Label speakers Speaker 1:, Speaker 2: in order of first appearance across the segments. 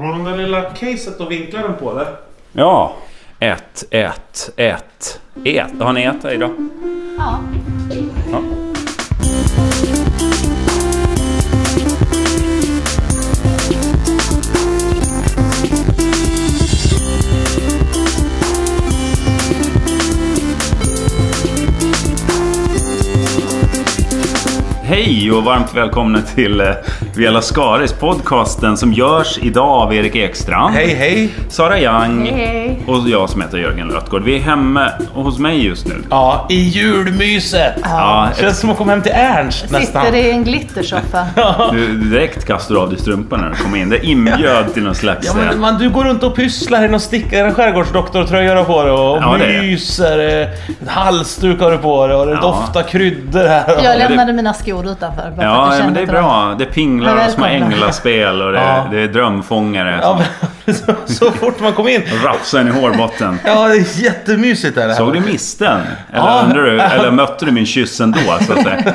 Speaker 1: Var de där lilla caset och vinklar den på eller?
Speaker 2: Ja. 1, 1, 1, 1. Har ni ett här idag?
Speaker 3: Ja.
Speaker 2: Ja. Hej och varmt välkomna till eh, Vela Skaris podcasten som görs idag av Erik Ekstrand.
Speaker 1: Hej hej!
Speaker 2: Sara Young
Speaker 3: Hej.
Speaker 2: och jag som heter Jörgen Lötgård. Vi är hemma hos mig just nu.
Speaker 1: Ja, i julmyset!
Speaker 2: Ja, ett-
Speaker 1: Känns som att komma hem till Ernst nästan.
Speaker 3: Sitter i en glittersoffa.
Speaker 2: du, eh, direkt kastar du av dig strumpan när du kommer in. Det inbjöd till någon slags...
Speaker 1: Ja, men,
Speaker 2: eh,
Speaker 1: man, du går runt och pysslar i någon stickare, skärgårdsdoktortröja har du på dig och
Speaker 2: Ja, det är det.
Speaker 1: myser. eh, Halsduk har du på dig och det
Speaker 2: Ja.
Speaker 1: doftar kryddor här. Och...
Speaker 3: Jag lämnade mina skor utanför. bara för
Speaker 2: Ja,
Speaker 3: att jag
Speaker 2: ja, men
Speaker 3: kände
Speaker 2: det är
Speaker 3: att
Speaker 2: bra. Det pinglar
Speaker 3: Men
Speaker 2: och små
Speaker 3: välkomna.
Speaker 2: änglaspel och det,
Speaker 1: Ja.
Speaker 2: det är drömfångare
Speaker 1: Ja,
Speaker 2: som
Speaker 1: men, så, så fort man kom in.
Speaker 2: rafsar en i hårbotten.
Speaker 1: Ja, det är jättemysigt är det här.
Speaker 2: Såg du misten? Eller,
Speaker 1: Ja.
Speaker 2: undrar du, eller mötte du min kyss ändå? Så att säga.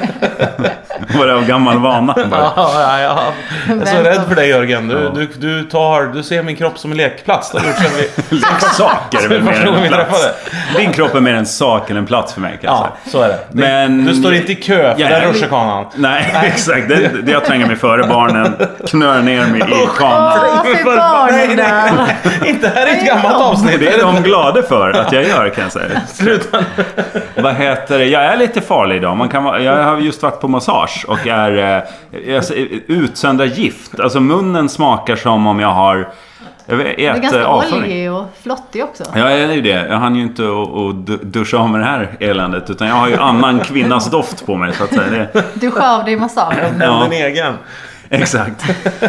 Speaker 2: Var det av gammal vana?
Speaker 1: Ja,
Speaker 2: Bara.
Speaker 1: ja, ja. Jag är så
Speaker 3: Välkommen.
Speaker 1: rädd för dig Jörgen. Du,
Speaker 2: Ja.
Speaker 1: du, du, tar, du ser min kropp som en lekplats. Det har du gjort sedan vi...
Speaker 2: Leksaker är väl mer
Speaker 1: Första gången
Speaker 2: än en
Speaker 1: vi
Speaker 2: plats.
Speaker 1: träffade.
Speaker 2: Din kropp är mer en sak än en plats för mig kan jag
Speaker 1: Ja,
Speaker 2: säga.
Speaker 1: så är det. det.
Speaker 2: Men-
Speaker 1: Du står inte i kö för
Speaker 2: Jag
Speaker 1: den
Speaker 2: är-
Speaker 1: rutschkanan.
Speaker 2: Nej, exakt. Det, det jag tränger mig före barnen, knör ner mig i kameran.
Speaker 3: Åh, fy
Speaker 1: För-
Speaker 3: barnen där.
Speaker 1: Inte här är ett gammalt avsnitt.
Speaker 2: Det är de glada för att jag gör kan jag säga.
Speaker 1: Sluta.
Speaker 2: Vad heter det? Jag är lite farlig idag. Man kan vara, jag har just varit på massage och är eh, jag ser- utsöndrar gift. Alltså munnen smakar som om jag har jag vet,
Speaker 3: Det är
Speaker 2: ätit
Speaker 3: ganska
Speaker 2: avföring.
Speaker 3: oljig och flottig också.
Speaker 2: Ja, jag är ju det. Jag hann ju inte att- att du- duscha av med det här eländet. Utan jag har ju annan kvinnas doft på mig så att säga. Det,
Speaker 3: Du skäv dig i massagen.
Speaker 2: ja.
Speaker 1: Din egen.
Speaker 2: Exakt.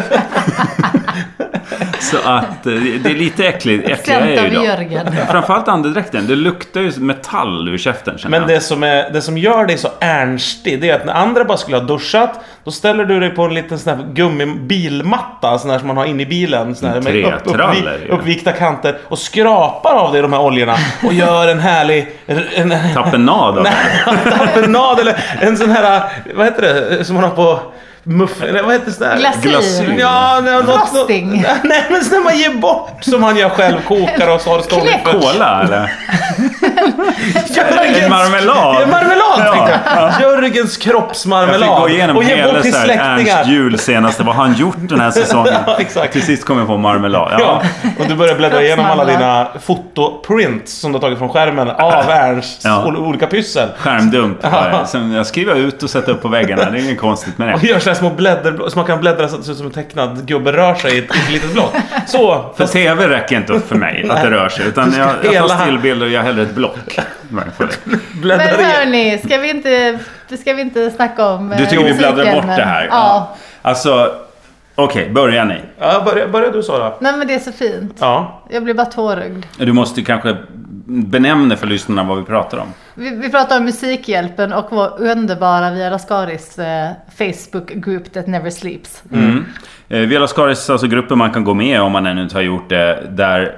Speaker 2: så att eh, det det är lite äckligt. Äcklig är jag
Speaker 3: Skämt
Speaker 2: ju
Speaker 3: av
Speaker 2: idag.
Speaker 3: Jörgen.
Speaker 2: Framförallt andedräkten. Det luktar ju metall ur käften känner
Speaker 1: Men
Speaker 2: jag.
Speaker 1: det som, är, det som gör dig så ernstig, det är att när andra bara skulle ha duschat, då ställer du dig på en liten sån här gummibilmatta, sån här som man har inne i bilen. Sån här med upp,
Speaker 2: Trätraller,
Speaker 1: uppvi-
Speaker 2: ja.
Speaker 1: uppvikta kanter och skrapar av dig de här oljorna och gör en härlig... En,
Speaker 2: Tapenad av det.
Speaker 1: tapenad eller en sån här, vad heter det, som man har på muff... Eller vad heter det? Sån här?
Speaker 3: Glasyr.
Speaker 2: Glasyr.
Speaker 1: Ja, nej, något- något-
Speaker 3: Frosting.
Speaker 1: Nej men sån här man ger bort som man gör själv, kokar och så har det stående
Speaker 3: Knäck.
Speaker 2: Cola eller?
Speaker 1: Jörgens-
Speaker 2: En marmelad.
Speaker 1: Ja, marmelad
Speaker 2: Ja,
Speaker 1: tänkte jag. Jörgens
Speaker 2: Jag
Speaker 1: kroppsmarmelad.
Speaker 2: fick gå igenom
Speaker 1: och ge
Speaker 2: hela
Speaker 1: bort till
Speaker 2: så här Ernst
Speaker 1: släktingar.
Speaker 2: jul senaste. Vad har han gjort den här säsongen?
Speaker 1: Ja, exakt.
Speaker 2: Till sist kom jag på marmelad. Ja.
Speaker 1: Ja, och du börjar bläddra igenom alla
Speaker 3: Kroppsmarmelad.
Speaker 1: dina fotoprints som du har tagit från skärmen av Ernsts
Speaker 2: Ja.
Speaker 1: ol- olika pyssel.
Speaker 2: Skärmdump. var det. Sen jag skriver ut och sätter upp på väggarna. Det är inget konstigt med
Speaker 1: Och
Speaker 2: det.
Speaker 1: gör sådana små blädder, så man kan bläddra så att det ser ut som en tecknad gubbe rör sig i ett, i ett litet blått. Så,
Speaker 2: För TV räcker inte upp för mig att det rör sig. Utan jag, jag tar
Speaker 1: hela-
Speaker 2: stillbilder och jag hellre ett block. Varför?
Speaker 1: bläddrar
Speaker 3: Men
Speaker 1: igenom.
Speaker 3: hörni, ska vi inte, ska vi inte snacka om eh,
Speaker 2: Du tycker vi bläddrar
Speaker 3: musiken?
Speaker 2: bort det här?
Speaker 3: Ja.
Speaker 2: Alltså, okej, börja ni.
Speaker 1: Ja, börja, börja du Sara.
Speaker 3: Nej men det är så fint.
Speaker 1: Ja.
Speaker 3: Jag blir bara tårögd.
Speaker 2: Du måste ju kanske benämna för lyssnarna vad vi pratar om.
Speaker 3: Vi, vi pratar om Musikhjälpen och vår underbara Via Lascaris eh, Facebook group that never sleeps.
Speaker 2: Eh, Viola Skaris, alltså grupper man kan gå med om man ännu inte har gjort det. Där,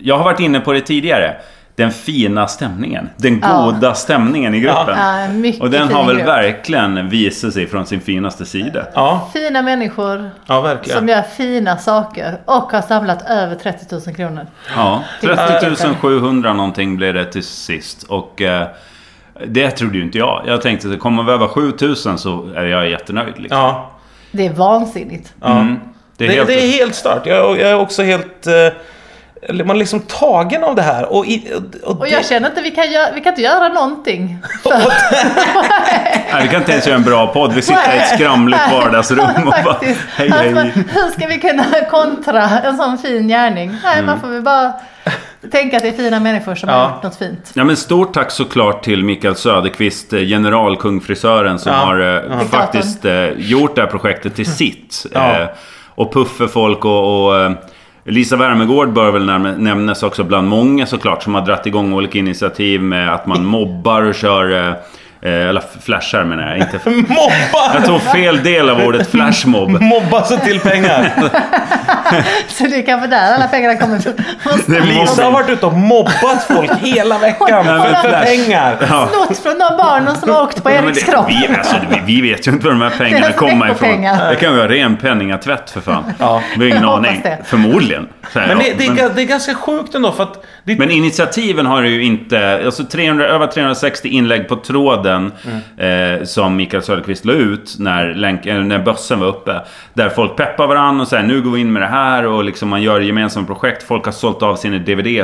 Speaker 2: jag har varit inne på det tidigare. Den fina stämningen. Den
Speaker 3: Ja.
Speaker 2: goda stämningen i gruppen.
Speaker 3: Ja, mycket
Speaker 2: Och den har
Speaker 3: fin
Speaker 2: väl
Speaker 3: grupp.
Speaker 2: verkligen visat sig från sin finaste sida.
Speaker 1: Ja,
Speaker 3: Fina människor
Speaker 1: ja verkligen.
Speaker 3: som gör fina saker och har samlat över 30 000 kronor.
Speaker 2: Ja,
Speaker 3: Till
Speaker 2: 30 700 någonting blev det till sist. Och eh, det trodde ju inte jag. Jag tänkte att kommer vi över 7000 så är jag jättenöjd. Liksom.
Speaker 1: Ja.
Speaker 3: Det är vansinnigt.
Speaker 1: ja.
Speaker 2: Mm. Det är
Speaker 1: Det,
Speaker 2: helt...
Speaker 1: det är helt stört. Jag, jag är också helt... eh, eller Man är liksom tagen av det här. Och, i, och,
Speaker 3: Och
Speaker 1: det-
Speaker 3: jag känner inte, vi kan, göra, vi kan inte göra någonting.
Speaker 2: Nej, vi kan inte ens göra en bra podd. Vi sitter i ett skramligt vardagsrum och bara...
Speaker 3: Faktiskt.
Speaker 2: Hej, hej.
Speaker 3: Alltså, hur ska vi kunna kontra en sån fin gärning? Nej, man får väl bara tänka att det är fina människor som
Speaker 1: Mm. Ja.
Speaker 3: har gjort något fint.
Speaker 2: Ja, men stort tack såklart till Mikael Söderqvist, eh, generalkungfrisören som
Speaker 1: Ja. Mm.
Speaker 2: har eh,
Speaker 3: klart
Speaker 2: faktiskt eh, gjort det här projektet till sitt.
Speaker 1: Ja.
Speaker 2: Eh, och puffer folk och, och eh, Lisa Wärmegård bör väl närm- nämnas också bland många såklart som har dratt igång olika initiativ med att man mobbar och kör eh, eh, eller f- flashar menar jag. Inte f-
Speaker 1: Mobba!
Speaker 2: jag tog fel del av ordet flashmob.
Speaker 1: Mobba så till pengar.
Speaker 3: Så det är kanske där alla pengarna kommer ifrån.
Speaker 2: Det blir
Speaker 1: Lisa har varit ute och mobbat folk hela veckan
Speaker 3: Nej,
Speaker 1: för,
Speaker 3: men
Speaker 1: för
Speaker 2: Flash.
Speaker 1: pengar.
Speaker 2: Ja.
Speaker 3: Snott från de barnen som har åkt på
Speaker 2: Ja, men
Speaker 3: Eriks kropp.
Speaker 2: det, vi, alltså, vi, vi vet ju inte var de här pengarna
Speaker 3: Deras
Speaker 2: kommer ifrån.
Speaker 3: veckopengar.
Speaker 2: Det kan ju vara ren penningatvätt för fan.
Speaker 1: Ja.
Speaker 2: Vi har ingen
Speaker 3: Jag hoppas
Speaker 2: aning.
Speaker 3: det.
Speaker 2: Förmodligen. Så här,
Speaker 1: Men
Speaker 2: ja.
Speaker 1: det, det, är, ga- det är ganska sjukt ändå för att... Det,
Speaker 2: Men initiativen har ju inte... Alltså 300, över 360 inlägg på tråden
Speaker 1: Mm.
Speaker 2: eh, som Mikael Söderqvist la ut när, länk, eller när bössen var uppe. Där folk peppar varandra och säger nu går vi in med det här och liksom man gör gemensamma projekt. Folk har sålt av sina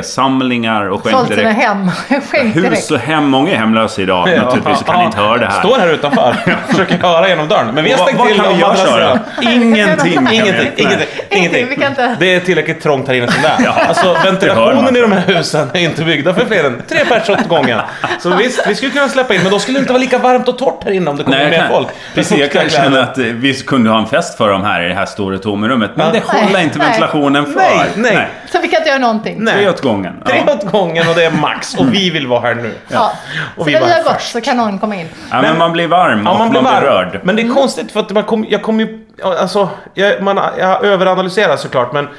Speaker 2: DVD-samlingar och skänkt
Speaker 3: Sålt sina
Speaker 2: direkt.
Speaker 3: hem. Skänkt direkt.
Speaker 2: Hus och hem. Många är hemlösa idag naturligtvis och kan inte höra det här.
Speaker 1: Står här utanför. Försöker höra genom dörren. Men vi har
Speaker 2: Vad-
Speaker 1: stängt
Speaker 2: vad
Speaker 1: till
Speaker 2: kan
Speaker 1: om
Speaker 2: vi göra,
Speaker 1: andra
Speaker 2: Sara?
Speaker 1: sidan. Ingenting.
Speaker 2: kan vi göra.
Speaker 1: Ingenting. Ingenting. Ingenting. Mm.
Speaker 3: Vi kan inte-
Speaker 1: Det är tillräckligt trångt här inne som det är. Alltså
Speaker 2: Det hör
Speaker 1: ventilationen
Speaker 2: man.
Speaker 1: i de här husen är inte byggda för fler än tre pers åt gången. Så visst, vi skulle kunna släppa in. Men då skulle det inte vara lika varmt och torrt här inne om det kommer
Speaker 2: Nej, jag
Speaker 1: mer
Speaker 2: kan,
Speaker 1: folk.
Speaker 2: precis, jag kan känna att eh, vi kunde ha en fest för dem här i det här stora tomrummet. Men
Speaker 1: Ja.
Speaker 2: det håller
Speaker 3: Nej,
Speaker 2: inte
Speaker 3: nej.
Speaker 2: ventilationen för.
Speaker 1: Nej, nej.
Speaker 3: Så vi kan inte göra någonting.
Speaker 1: Nej.
Speaker 2: Tre åt gången. Ja.
Speaker 1: Tre åt gången och det är max och vi vill vara här nu.
Speaker 3: Ja.
Speaker 1: Och
Speaker 3: Så
Speaker 1: vi
Speaker 3: när
Speaker 1: var
Speaker 3: vi har gått
Speaker 1: först.
Speaker 3: så kan någon komma in.
Speaker 2: Ja, men man blir varm
Speaker 1: Ja,
Speaker 2: och
Speaker 1: man blir varm.
Speaker 2: rörd.
Speaker 1: Men
Speaker 3: Mm.
Speaker 1: det är konstigt för att man kom, jag kommer ju... Alltså, jag, man, jag överanalyserar såklart men eh,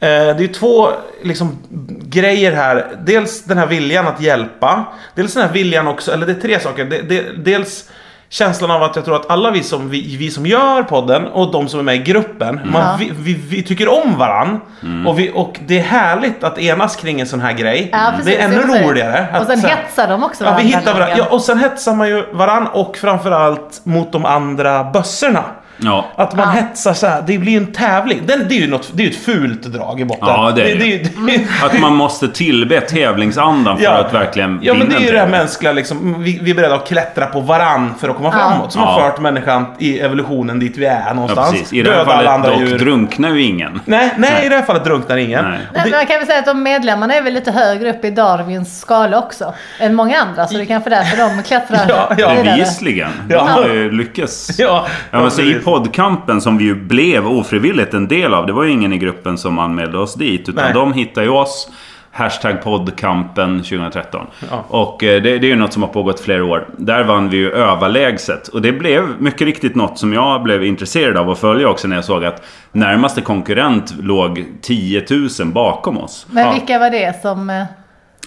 Speaker 1: det är ju två liksom, grejer här. Dels den här viljan att hjälpa. Dels den här viljan också, eller det är tre saker. Det, det, dels känslan av att jag tror att alla vi som, vi, vi som gör podden och de som är med i gruppen,
Speaker 2: Mm.
Speaker 1: man,
Speaker 3: Ja.
Speaker 1: vi, vi, vi tycker om varann. Och, vi, och det är härligt att enas kring en sån här grej.
Speaker 3: Ja, precis,
Speaker 1: Mm. det är ännu
Speaker 3: jag säger.
Speaker 1: roligare.
Speaker 3: Och
Speaker 1: att
Speaker 3: sen
Speaker 1: så här-
Speaker 3: hetsar de också
Speaker 1: Ja, vi hittar varandra.
Speaker 3: lagen.
Speaker 1: Ja, och sen hetsar man ju varann och framförallt mot de andra bössorna.
Speaker 2: Ja.
Speaker 1: Att man
Speaker 3: Ja.
Speaker 1: hetsar så här, det blir ju en tävling. Den, det är ju något, det är ju ett fult drag i botten.
Speaker 2: Ja, det är
Speaker 1: det,
Speaker 2: det.
Speaker 1: är ju-
Speaker 3: Mm.
Speaker 1: det är-
Speaker 2: Att man måste tillbe tävlingsandan för
Speaker 1: Ja.
Speaker 2: att verkligen
Speaker 1: Ja men det är ju
Speaker 2: en
Speaker 1: det här
Speaker 2: tävling.
Speaker 1: mänskliga liksom, vi, vi är beredda att klättra på varann för att komma
Speaker 3: Ja.
Speaker 1: framåt. Som har
Speaker 2: Ja.
Speaker 1: fört människan i evolutionen dit vi är
Speaker 2: Ja,
Speaker 1: någonstans.
Speaker 2: precis. I det här fallet dock drunknar ju ingen.
Speaker 1: Nej, nej, i det här fallet drunknar ingen.
Speaker 2: Nej.
Speaker 1: Och
Speaker 3: Nej, men
Speaker 1: det,
Speaker 3: man kan väl säga att de medlemmarna är väl lite högre upp i Darwins skala också. Än många andra. Så det är kanske därför de klättrar
Speaker 1: Ja, ja.
Speaker 3: vidare.
Speaker 2: Bevisligen.
Speaker 1: Ja.
Speaker 2: De har ju lyckats.
Speaker 1: ja,
Speaker 2: Ja, men så I
Speaker 1: precis.
Speaker 2: poddkampen som vi ju blev ofrivilligt en del av. Det var ju ingen i gruppen som anmälde oss dit. Utan
Speaker 1: Nej.
Speaker 2: de hittade ju oss. Hashtag poddkampen 2013.
Speaker 1: Ja.
Speaker 2: Och eh, det, det är ju något som har pågått flera år. Där vann vi ju överlägset. Och det blev mycket riktigt något som jag blev intresserad av att följa också när jag såg att närmaste konkurrent låg 10 000 bakom oss.
Speaker 3: Men
Speaker 1: Ja.
Speaker 3: vilka var det som... eh,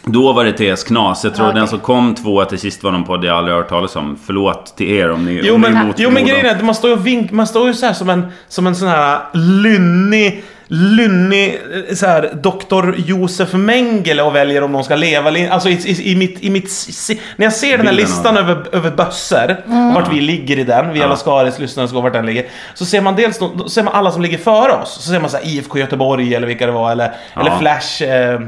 Speaker 2: Då var det TS Knas. Jag tror
Speaker 3: Ja, okej.
Speaker 2: den som kom tvåa till sist var någon podd jag aldrig hört talas om. Förlåt till er om ni,
Speaker 1: Jo
Speaker 2: om ni
Speaker 1: men,
Speaker 2: mot
Speaker 1: jo, men
Speaker 2: förmodan-
Speaker 1: grejen är att man står ju och vink, man står ju så här som en, som en sån här lynnig, lynnig eh, så här, doktor Josef Mengele och väljer om de ska leva eller in- Alltså i, i, i mitt, i mitt se, När jag ser den här
Speaker 2: Bilden av
Speaker 1: listan över, över bössor, vart vi ligger i den, vi alla Skaris lyssnare ska vart den ligger. Så ser man dels de, då ser man alla som ligger före oss. Så ser man så här IFK Göteborg eller vilka det var eller,
Speaker 2: Ja.
Speaker 1: eller Flash eh,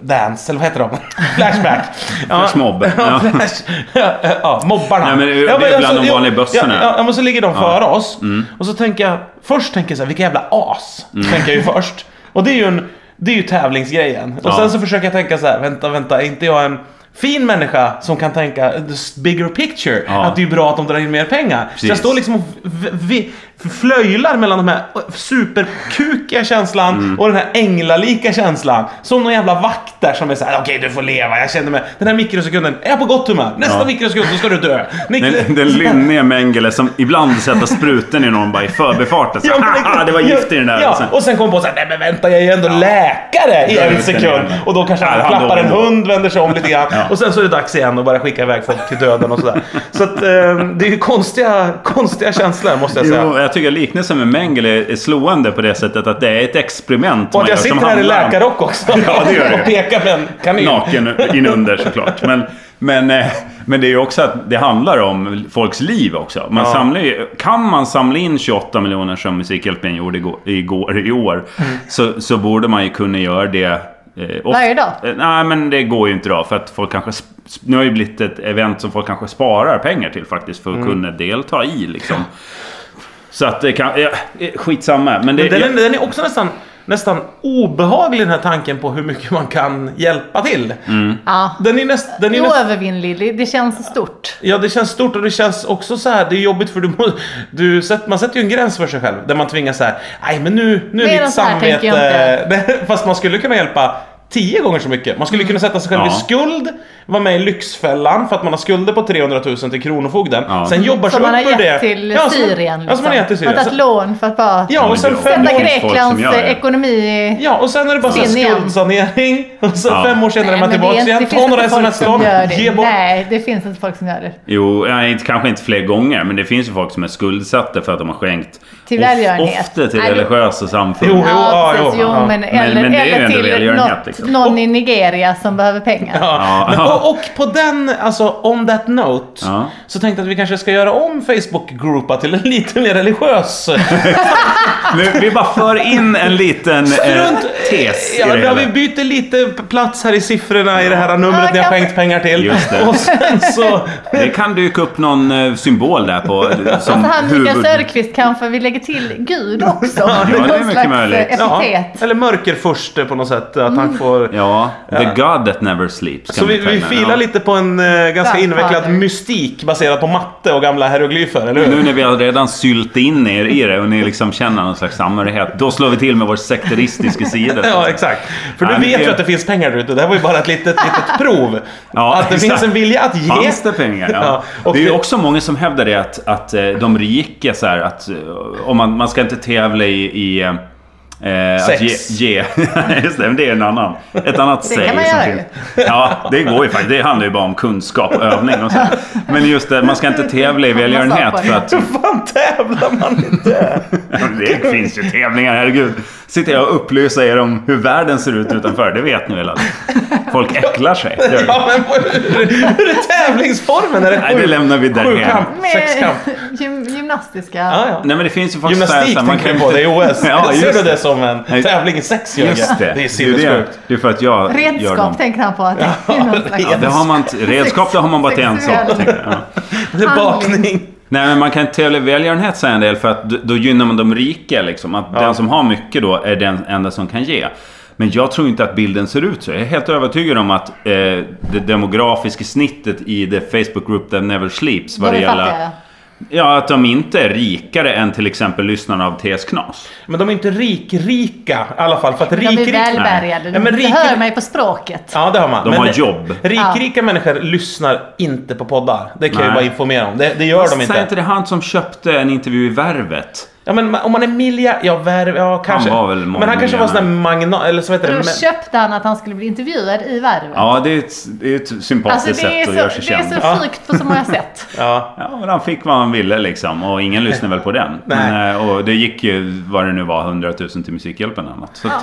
Speaker 1: Dance, eller vad heter de? Flashback. Ja.
Speaker 2: Flash Mob.
Speaker 1: Ja,
Speaker 2: Ja.
Speaker 1: Flash. Ja, ja, mobbarna.
Speaker 2: Nej, men det är bland de
Speaker 1: jo,
Speaker 2: vanliga bössorna. Mm.
Speaker 1: Ja, ja, ja men så ligger de före oss. Och så tänker jag, först tänker jag så här, vilka jävla as. Tänker jag ju först. Och det är ju, en, det är ju tävlingsgrejen. Och
Speaker 2: Ja.
Speaker 1: sen så försöker jag tänka så här, vänta, vänta, är inte jag en fin människa som kan tänka the bigger picture?
Speaker 2: Ja.
Speaker 1: Att det är bra att de drar in mer pengar. Så jag
Speaker 2: Precis.
Speaker 1: står liksom och v- v- flöjlar mellan de här superkukiga känslan
Speaker 2: Mm.
Speaker 1: och den här änglalika känslan. Som någon jävla vakt där som är såhär, okej du får leva, jag känner mig. Den här mikrosekunden, är jag på gott humör? Nästa
Speaker 2: Ja.
Speaker 1: mikrosekund så ska du dö. Mik-
Speaker 2: Den, den lynniga Mengele som ibland sätter spruten i någon bara i förbifarten. Så,
Speaker 1: Ja, men
Speaker 2: "Haha, det var gift i den där.
Speaker 1: Ja,
Speaker 2: Och sen-
Speaker 1: och sen kom på såhär, nej men vänta jag är ju ändå läkare i
Speaker 2: Ja,
Speaker 1: en
Speaker 2: just det,
Speaker 1: sekund.
Speaker 2: ja.
Speaker 1: Och då kanske
Speaker 2: Ja,
Speaker 1: han
Speaker 2: han
Speaker 1: klappar
Speaker 2: då
Speaker 1: en
Speaker 2: ändå.
Speaker 1: hund, vänder sig om lite grann.
Speaker 2: Ja.
Speaker 1: Och sen så är det dags igen att börja skicka iväg folk till döden och sådär. Så att eh, det är ju konstiga, konstiga känslor måste jag säga.
Speaker 2: Jo, jag tycker liknelsen med Mengele är slående på det sättet att det är ett experiment.
Speaker 1: Och
Speaker 2: man
Speaker 1: att jag
Speaker 2: gör som
Speaker 1: sitter här i
Speaker 2: handlar om-
Speaker 1: läkarrock också.
Speaker 2: Ja, det gör du.
Speaker 1: och pekar med en kanin.
Speaker 2: Naken inunder såklart. Men, men, eh, men det är ju också att det handlar om folks liv också. Man
Speaker 1: Ja.
Speaker 2: samlar ju, kan man samla in 28 miljoner som Musikhjälpen gjorde igår, igår i år så, så borde man ju kunna göra det eh, ofta.
Speaker 3: Varje dag?
Speaker 2: Eh, Nej, men det går ju inte då. För att folk kanske... sp- Nu har det ju blivit ett event som folk kanske sparar pengar till faktiskt för att kunna delta i liksom. Så att det kan... Ja, eh, skitsamma. Men det,
Speaker 1: Men den, är, den är också nästan, nästan obehaglig den här tanken på hur mycket man kan hjälpa till.
Speaker 2: Mm.
Speaker 3: Ja.
Speaker 1: Den är nästan... Den
Speaker 3: Det
Speaker 1: är
Speaker 3: är
Speaker 1: näst,
Speaker 3: oövervinnelig. Det- Det känns stort.
Speaker 1: Ja, det känns stort och det känns också så här, det är jobbigt för du, må- du sätt, man sätter ju en gräns för sig själv där man tvingas så här, nej men nu, nu
Speaker 3: Mer
Speaker 1: är
Speaker 3: än
Speaker 1: mitt
Speaker 3: så här tänker
Speaker 1: samvete...
Speaker 3: jag
Speaker 1: Nej, Fast man skulle kunna hjälpa tio gånger så mycket. Man
Speaker 3: Mm.
Speaker 1: skulle kunna sätta sig själv
Speaker 2: Ja.
Speaker 1: i skuld, vara med i Lyxfällan för att man har skulder på 300 000 till Kronofogden.
Speaker 2: Ja.
Speaker 1: Sen jobbar sig
Speaker 3: Som
Speaker 1: upp
Speaker 3: man har
Speaker 1: ur det.
Speaker 3: gett till
Speaker 1: Ja, som-
Speaker 3: Syrien. liksom.
Speaker 1: Ja, som man har gett till
Speaker 3: Man
Speaker 1: Syrien.
Speaker 3: har tagit
Speaker 1: Sen-
Speaker 3: lån för att bara
Speaker 1: Ja, och sen
Speaker 2: Ja.
Speaker 1: fem
Speaker 3: sätta
Speaker 1: år...
Speaker 2: Grek- folk
Speaker 3: Greklands
Speaker 2: som gör det.
Speaker 3: eh, ekonomi i...
Speaker 1: Ja, och sen är det bara så här
Speaker 3: Sin igen.
Speaker 1: skuldsanering. Och sen
Speaker 2: Ja.
Speaker 1: fem år senare är man
Speaker 3: men det är
Speaker 1: tillbaka
Speaker 3: inte-
Speaker 1: igen.
Speaker 3: det finns
Speaker 1: Ta några
Speaker 3: inte folk som
Speaker 1: sms-lån.
Speaker 3: gör det.
Speaker 1: Ge bort.
Speaker 3: Nej, det finns inte folk som gör det.
Speaker 2: Jo, ja, inte- kanske inte fler gånger, men det finns ju folk som är skuldsatta för att de har skänkt
Speaker 3: Till
Speaker 2: of-
Speaker 3: välgörenhet.
Speaker 2: ofta till
Speaker 3: Nej, det-
Speaker 2: religiösa samfund.
Speaker 1: Jo.
Speaker 3: ja,
Speaker 1: ja,
Speaker 3: precis.
Speaker 1: jo,
Speaker 3: Jo,
Speaker 1: ja.
Speaker 3: men,
Speaker 1: Men-
Speaker 3: eller,
Speaker 2: men det är ju
Speaker 3: eller
Speaker 2: ändå
Speaker 3: till
Speaker 2: välgörenhet,
Speaker 3: något,
Speaker 2: liksom.
Speaker 3: någon i Nigeria som behöver pengar.
Speaker 1: Ja.
Speaker 2: Ja.
Speaker 1: Men, och, och på den, alltså on that note,
Speaker 2: Ja.
Speaker 1: så tänkte jag att vi kanske ska göra om Facebook-gruppa till en lite mer religiös.
Speaker 2: Nu, vi bara för in en liten eh,
Speaker 1: Strunt-
Speaker 2: tes i
Speaker 1: ja,
Speaker 2: det
Speaker 1: ja,
Speaker 2: hela.
Speaker 1: vi byter lite p- plats här i siffrorna i det här numret
Speaker 3: Ja,
Speaker 1: ni har
Speaker 3: kanske.
Speaker 1: skänkt pengar till.
Speaker 2: Just det.
Speaker 1: Och sen så...
Speaker 2: Det kan dyka upp någon eh, symbol där på eh, som
Speaker 3: Så Alltså, han Mikael
Speaker 2: huvud...
Speaker 3: Söderqvist kanske vill lägga till Gud också. ja,
Speaker 2: det är mycket möjligt.
Speaker 1: Ja,
Speaker 3: epitet.
Speaker 1: eller mörkerfurste på något sätt. Att han får...
Speaker 2: Ja, the god that never sleeps. kan
Speaker 1: Så vi, vi
Speaker 2: beteckna den,
Speaker 1: filar
Speaker 2: ja.
Speaker 1: lite på en eh, ganska
Speaker 3: Grandfather.
Speaker 1: invecklad mystik baserad på matte och gamla hieroglyfer, eller hur?
Speaker 2: Nu när vi har redan sylt in er i det och ni liksom känner någon slags samhörighet, då slår vi till med vår sekteristiska sida. så att
Speaker 1: Ja,
Speaker 2: säga.
Speaker 1: exakt. För du
Speaker 2: Nej, men
Speaker 1: vet ju
Speaker 2: det-
Speaker 1: att det finns pengar där ute. Det här var ju bara ett litet, litet prov.
Speaker 2: Ja,
Speaker 1: att det
Speaker 2: exakt.
Speaker 1: finns en vilja att ge.
Speaker 2: Fanns det pengar? Ja.
Speaker 1: Ja, och
Speaker 2: det är ju
Speaker 1: det-
Speaker 2: också många som hävdar det att, att eh, de rika så här att eh, om man, man ska inte tävla i, i eh,
Speaker 1: Sex.
Speaker 2: Att ge, ge. Just det, men det är en annan. Ett annat
Speaker 3: Det kan man
Speaker 2: som
Speaker 3: göra
Speaker 2: finns. Ja, det går ju faktiskt. Det handlar ju bara om kunskap och övning. Och så. Men just det, man ska inte tävla i välgörenhet för att
Speaker 1: Hur fan tävlar man inte?
Speaker 2: det finns ju tävlingar, herregud. Sitter jag och upplyser er om hur världen ser ut utanför, det vet ni väl alla. Folk äcklar sig. Det gör de.
Speaker 1: ja, men hur, hur är tävlingsformen? Är det
Speaker 2: Nej, det lämnar vi därhän.
Speaker 1: Sjukamp, sexkamp.
Speaker 3: gym, gymnastiska.
Speaker 1: Ja, ja.
Speaker 2: Nej men det finns ju faktiskt så här,
Speaker 1: Gymnastik
Speaker 2: så här,
Speaker 1: tänker
Speaker 2: ju
Speaker 1: jag på, det är OS.
Speaker 2: Ja,
Speaker 1: Ser du
Speaker 2: just
Speaker 1: det som en
Speaker 2: Nej.
Speaker 1: tävling i sex, Jörgen?
Speaker 2: Just det.
Speaker 1: Det är
Speaker 2: ju
Speaker 1: sinnessjukt.
Speaker 2: Det är för att jag gör dem.
Speaker 3: Redskap tänker han på. Att det är någon slags-
Speaker 2: Ja, det har man inte. Redskap, det har man bara till en sak.
Speaker 3: Sexuell.
Speaker 2: tänker jag. Ja.
Speaker 1: Det är bakning.
Speaker 2: Nej, men man kan tävla i välgörenhet säger en del för att d- då gynnar man de rika liksom. Att den som har mycket då är den enda som kan ge. Men jag tror inte att bilden ser ut så. Jag är helt övertygad om att eh, det demografiska snittet i the Facebook group that never sleeps vad
Speaker 3: De
Speaker 2: det
Speaker 3: är
Speaker 2: gäller...
Speaker 3: fattiga.
Speaker 2: Ja, att de inte är rikare än till exempel lyssnarna av TS Knas.
Speaker 1: Men de är inte rik-rika i alla fall. För att
Speaker 3: De är
Speaker 1: rik-rik...
Speaker 3: välbärgade.
Speaker 1: Ja,
Speaker 3: De,
Speaker 1: men
Speaker 3: det
Speaker 1: rik-
Speaker 3: hör mig på språket.
Speaker 1: Ja, det har man.
Speaker 2: De har jobb.
Speaker 1: Rikrika människor lyssnar inte på poddar. Det kan jag ju
Speaker 2: Nej.
Speaker 1: bara informera om. Det, det gör de
Speaker 2: Säg
Speaker 1: inte.
Speaker 2: inte det han som köpte en intervju i Värvet.
Speaker 1: Ja, men ma- om man är miljard... Ja, värv... Ja, kanske.
Speaker 2: var väl
Speaker 1: men han kanske var sån där magna... Eller så heter det...
Speaker 3: Då
Speaker 1: Men...
Speaker 3: köpte han att han skulle bli intervjuad i Värvet.
Speaker 2: Ja, det är ett, det är ett sympatiskt
Speaker 3: Alltså det är
Speaker 2: sätt att göra
Speaker 3: så,
Speaker 2: sig
Speaker 3: det är
Speaker 2: känd.
Speaker 1: Ja.
Speaker 3: så sjukt på så många sätt.
Speaker 1: Ja.
Speaker 2: Ja, men han fick vad han ville liksom och ingen lyssnade väl på den. Men, eh, och det gick ju, vad det nu var, 100 000 till Musikhjälpen eller annat. Så att,